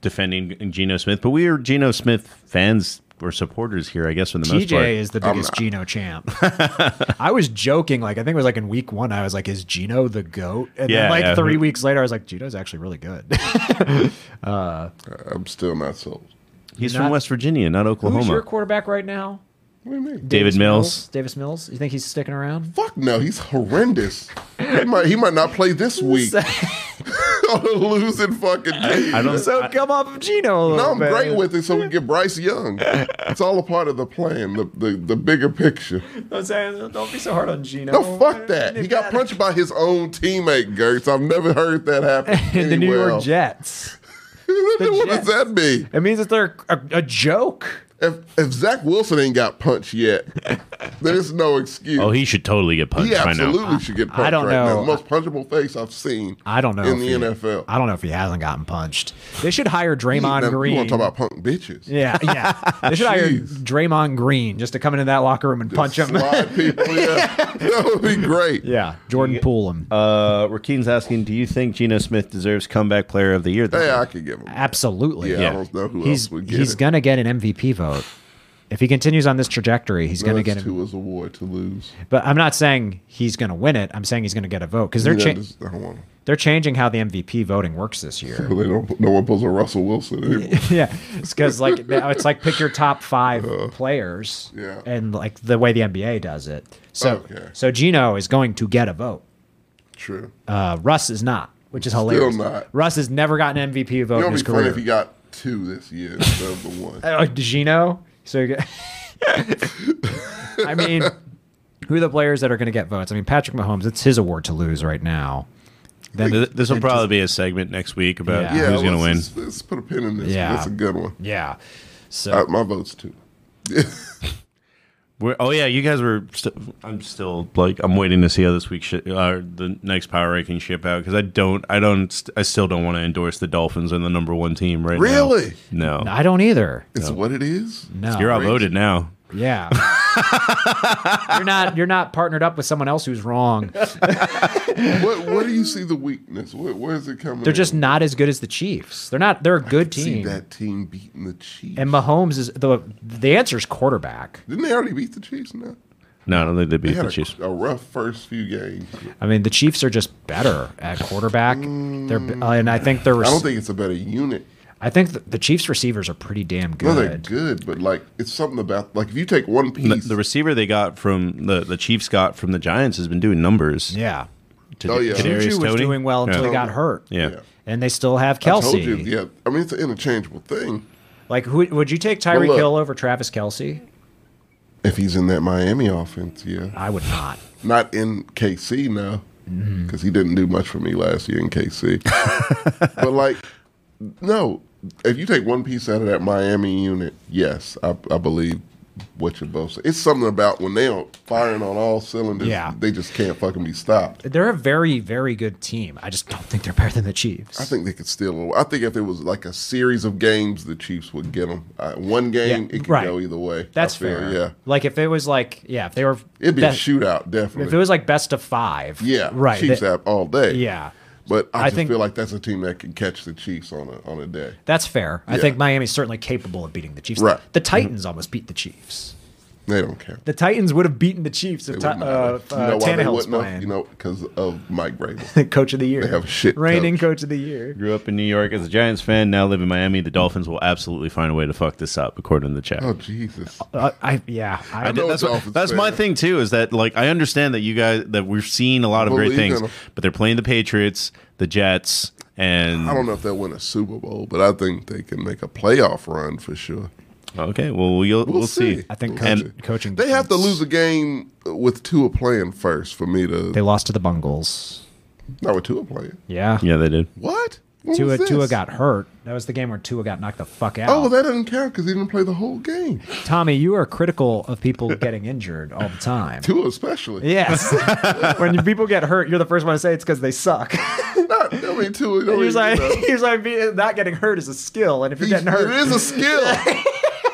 Speaker 1: defending Geno Smith, but we are Geno Smith fans or supporters here, I guess, for the most part.
Speaker 3: TJ is the biggest Geno champ. I was joking, like I think it was like in week one, I was like, "Is Geno the goat?" And
Speaker 1: Yeah,
Speaker 3: then like
Speaker 1: yeah.
Speaker 3: three weeks later, I was like, "Geno's actually really good."
Speaker 2: I'm still not sold.
Speaker 1: He's
Speaker 3: not-
Speaker 1: from West Virginia, not
Speaker 3: Who's your
Speaker 1: Oklahoma.
Speaker 3: quarterback right now?
Speaker 2: What do you mean?
Speaker 1: David Mills.
Speaker 3: Davis Mills. You think he's sticking around?
Speaker 2: Fuck no, he's horrendous. he might he might not play this week. called a losing fucking team.
Speaker 1: I don't.
Speaker 3: So come off of Gino a
Speaker 2: No,
Speaker 3: little
Speaker 2: I'm
Speaker 3: bit.
Speaker 2: great with it, so we get Bryce Young. It's all a part of the plan, the the, the bigger picture.
Speaker 3: I'm saying, don't be so hard on Gino.
Speaker 2: No, fuck that. He got punched by his own teammate, Gertz. I've never heard that happen.
Speaker 3: in the New
Speaker 2: anywhere
Speaker 3: York
Speaker 2: else.
Speaker 3: Jets.
Speaker 2: what does
Speaker 3: Jets.
Speaker 2: that mean?
Speaker 3: It means that they're a, a joke.
Speaker 2: If, if Zach Wilson ain't got punched yet, there's no excuse.
Speaker 1: Oh, he should totally get punched
Speaker 2: he
Speaker 1: by now.
Speaker 2: absolutely should get punched
Speaker 3: I don't
Speaker 2: right now.
Speaker 3: know.
Speaker 2: The most punchable face I've seen
Speaker 3: I don't know
Speaker 2: in
Speaker 3: if
Speaker 2: the
Speaker 3: he-
Speaker 2: NFL.
Speaker 3: I don't know if he hasn't gotten punched. They should hire Draymond
Speaker 2: Now,
Speaker 3: Green.
Speaker 2: You want to talk about punk bitches?
Speaker 3: yeah, yeah. They should hire
Speaker 2: Jeez.
Speaker 3: Draymond Green just to come into that locker room and punch him.
Speaker 2: Slide people. Yeah. that would be great.
Speaker 3: yeah, Jordan Poole him.
Speaker 1: Uh, Rakeen's asking, do you think Geno Smith deserves comeback player of the year? This
Speaker 2: Hey,
Speaker 1: year?
Speaker 2: I could give him.
Speaker 3: Absolutely.
Speaker 2: Yeah,
Speaker 1: Yeah.
Speaker 2: I don't know who
Speaker 3: he's
Speaker 2: else would get
Speaker 3: he's
Speaker 2: it.
Speaker 3: gonna get an MVP vote if he continues on this trajectory. He's gonna
Speaker 2: That's
Speaker 3: get him.
Speaker 2: who was a war to lose.
Speaker 3: But I'm not saying he's gonna win it. I'm saying he's gonna get a vote because they're
Speaker 2: Yeah,
Speaker 3: cha-
Speaker 2: this- I don't want him.
Speaker 3: they're changing how the MVP voting works this year.
Speaker 2: They don't, no one pulls a Russell Wilson anymore.
Speaker 3: yeah, it's because like now it's like pick your top five players.
Speaker 2: Uh-huh. yeah.
Speaker 3: and like the way the NBA does it. So
Speaker 2: Okay.
Speaker 3: so Gino is going to get a vote.
Speaker 2: True.
Speaker 3: Uh, Russ is not, which is hilarious.
Speaker 2: not.
Speaker 3: Russ has never gotten an MVP vote
Speaker 2: You know,
Speaker 3: in
Speaker 2: it'd
Speaker 3: his
Speaker 2: be funny
Speaker 3: career.
Speaker 2: if he got two this year instead of the one.
Speaker 3: Uh, Gino. So you get- I mean, who are the players that are going to get votes? I mean, Patrick Mahomes. It's his award to lose right now. Then
Speaker 1: Th- This will probably be a segment next week about
Speaker 3: Yeah.
Speaker 2: Yeah,
Speaker 1: who's going to
Speaker 2: let's
Speaker 1: win.
Speaker 2: Just, let's put a pin in this.
Speaker 3: Yeah.
Speaker 2: Yeah. That's a good one.
Speaker 3: yeah. So
Speaker 2: Uh, my vote's two.
Speaker 1: We're, oh yeah, you guys were. St- I'm still like I'm waiting to see how this week shit, uh, the next power ranking ship out because I don't, I don't, st- I still don't want to endorse the Dolphins and the number one team right now.
Speaker 2: Really?
Speaker 1: No,
Speaker 2: Uh,
Speaker 3: I don't either.
Speaker 2: It's what it is.
Speaker 3: No.
Speaker 1: you're outvoted now.
Speaker 3: yeah. you're not. You're not partnered up with someone else who's wrong.
Speaker 2: What What do you see the weakness? Where, where is it coming?
Speaker 3: They're just not as good as the Chiefs. They're not. They're a good
Speaker 2: see
Speaker 3: team.
Speaker 2: that team beating the Chiefs.
Speaker 3: And Mahomes is the the answer is quarterback.
Speaker 2: Didn't they already beat the Chiefs? No,
Speaker 1: No, I don't think they beat
Speaker 2: they had
Speaker 1: the Chiefs.
Speaker 2: a, a rough first few games.
Speaker 3: I mean, the Chiefs are just better at quarterback. They're uh, and I think they're.
Speaker 2: Mm. I don't think it's a better unit.
Speaker 3: I think the, the Chiefs receivers are pretty damn good.
Speaker 2: No, they're good, but like it's something about like if you take
Speaker 1: The,
Speaker 2: one piece.
Speaker 1: the receiver they got from the the Chiefs got from the Giants has been doing numbers.
Speaker 3: yeah.
Speaker 1: To
Speaker 2: Oh, yeah.
Speaker 1: Kadarius
Speaker 3: Juju was
Speaker 1: Toney.
Speaker 3: doing well until
Speaker 1: yeah.
Speaker 3: he got hurt.
Speaker 1: Yeah.
Speaker 2: Yeah.
Speaker 3: And they still have
Speaker 2: I told
Speaker 3: Kelsey.
Speaker 2: you, yeah. I mean, it's an interchangeable thing.
Speaker 3: Like, who, would you take Tyreek
Speaker 2: look-
Speaker 3: Hill over Travis Kelsey?
Speaker 2: If he's in that Miami offense, yeah.
Speaker 3: I would not.
Speaker 2: Not in KC now,
Speaker 3: Mm-hmm.
Speaker 2: because he didn't do much for me last year in KC. but like, no, if you take one piece out of that Miami unit, yes, I, I believe what you're both saying. It's something about when they are firing on all cylinders,
Speaker 3: Yeah.
Speaker 2: they just can't fucking be stopped.
Speaker 3: They're a very, very good team. I just don't think they're better than the Chiefs.
Speaker 2: I think they could still. I think if it was like a series of games, the Chiefs would get them. Uh, one game,
Speaker 3: Yeah,
Speaker 2: it could
Speaker 3: right.
Speaker 2: go either way. I
Speaker 3: That's
Speaker 2: feel,
Speaker 3: fair.
Speaker 2: Yeah,
Speaker 3: Like, if it was like, yeah, if they were.
Speaker 2: it'd be a
Speaker 3: best-
Speaker 2: shootout, definitely.
Speaker 3: If it was like best of five.
Speaker 2: Yeah,
Speaker 3: Right.
Speaker 2: Chiefs
Speaker 3: that-
Speaker 2: app all day.
Speaker 3: yeah.
Speaker 2: but I,
Speaker 3: I
Speaker 2: just
Speaker 3: think-
Speaker 2: feel like that's a team that can catch the Chiefs on a on a day.
Speaker 3: That's fair. I
Speaker 2: Yeah.
Speaker 3: think Miami's certainly capable of beating the Chiefs.
Speaker 2: Right. Mm-hmm.
Speaker 3: The Titans almost beat the Chiefs.
Speaker 2: They don't care.
Speaker 3: The Titans would have beaten the Chiefs if
Speaker 2: They
Speaker 3: Ta-
Speaker 2: wouldn't matter.
Speaker 3: uh, uh, Tannehill's
Speaker 2: have?
Speaker 3: playing.
Speaker 2: You know, because of Mike Vrabel.
Speaker 3: coach of the year.
Speaker 2: They have a shit
Speaker 3: Reigning
Speaker 2: coach.
Speaker 3: coach. of the year.
Speaker 1: Grew up in New York as a Giants fan. Now live in Miami. The Dolphins will absolutely find a way to fuck this up, according to the chat.
Speaker 2: Oh Jesus!
Speaker 3: Uh, I yeah. I,
Speaker 2: know
Speaker 1: that's
Speaker 2: a
Speaker 1: what-
Speaker 2: Dolphins
Speaker 1: that's my
Speaker 2: fan.
Speaker 1: thing too. Is that like I understand that you guys that we're seeing a lot of great
Speaker 2: Believe in
Speaker 1: things,
Speaker 2: 'em.
Speaker 1: but they're playing the Patriots, the Jets, and
Speaker 2: I don't know if they'll win a Super Bowl, but I think they can make a playoff run for sure.
Speaker 1: okay, well we'll, we'll,
Speaker 2: We'll
Speaker 1: see.
Speaker 2: see.
Speaker 3: I think
Speaker 1: And-
Speaker 3: coach, coaching.
Speaker 2: They have to
Speaker 3: defense.
Speaker 2: lose a game with Tua playing first for me to.
Speaker 3: They lost to the Bungles.
Speaker 2: not with Tua playing.
Speaker 3: Yeah.
Speaker 1: Yeah, they did.
Speaker 2: What? When
Speaker 3: Tua
Speaker 2: was this?
Speaker 3: Tua got hurt. That was the game where Tua got knocked the fuck out.
Speaker 2: Oh, well, that doesn't count because he didn't play the whole game.
Speaker 3: Tommy, you are critical of people getting injured all the time.
Speaker 2: Tua especially.
Speaker 3: Yes. when people get hurt, you're the first one to say it's because they suck.
Speaker 2: Not, I mean, Tua. I mean,
Speaker 3: he was like,
Speaker 2: you know.
Speaker 3: he was like, "Be- not getting hurt is a skill, and if you're
Speaker 2: It
Speaker 3: getting hurt,
Speaker 2: is a skill.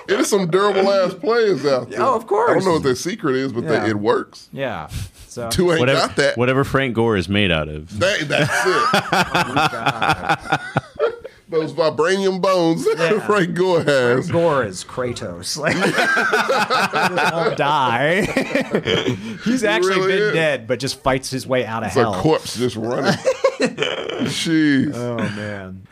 Speaker 2: it is some durable ass players out there.
Speaker 3: Oh, of course.
Speaker 2: I don't know what their secret is, but they-
Speaker 3: Yeah.
Speaker 2: it works.
Speaker 3: yeah. So
Speaker 2: Two ain't
Speaker 1: Whatever,
Speaker 2: got that.
Speaker 1: whatever Frank Gore is made out of.
Speaker 2: That- that's it. Those vibranium bones that
Speaker 3: Yeah.
Speaker 2: Frank Gore has.
Speaker 3: Gore is Kratos. Like, he won't die. He's actually
Speaker 2: really
Speaker 3: been
Speaker 2: is.
Speaker 3: dead, but just fights his way out of
Speaker 2: It's a
Speaker 3: hell.
Speaker 2: corpse just running. Jeez.
Speaker 3: oh man.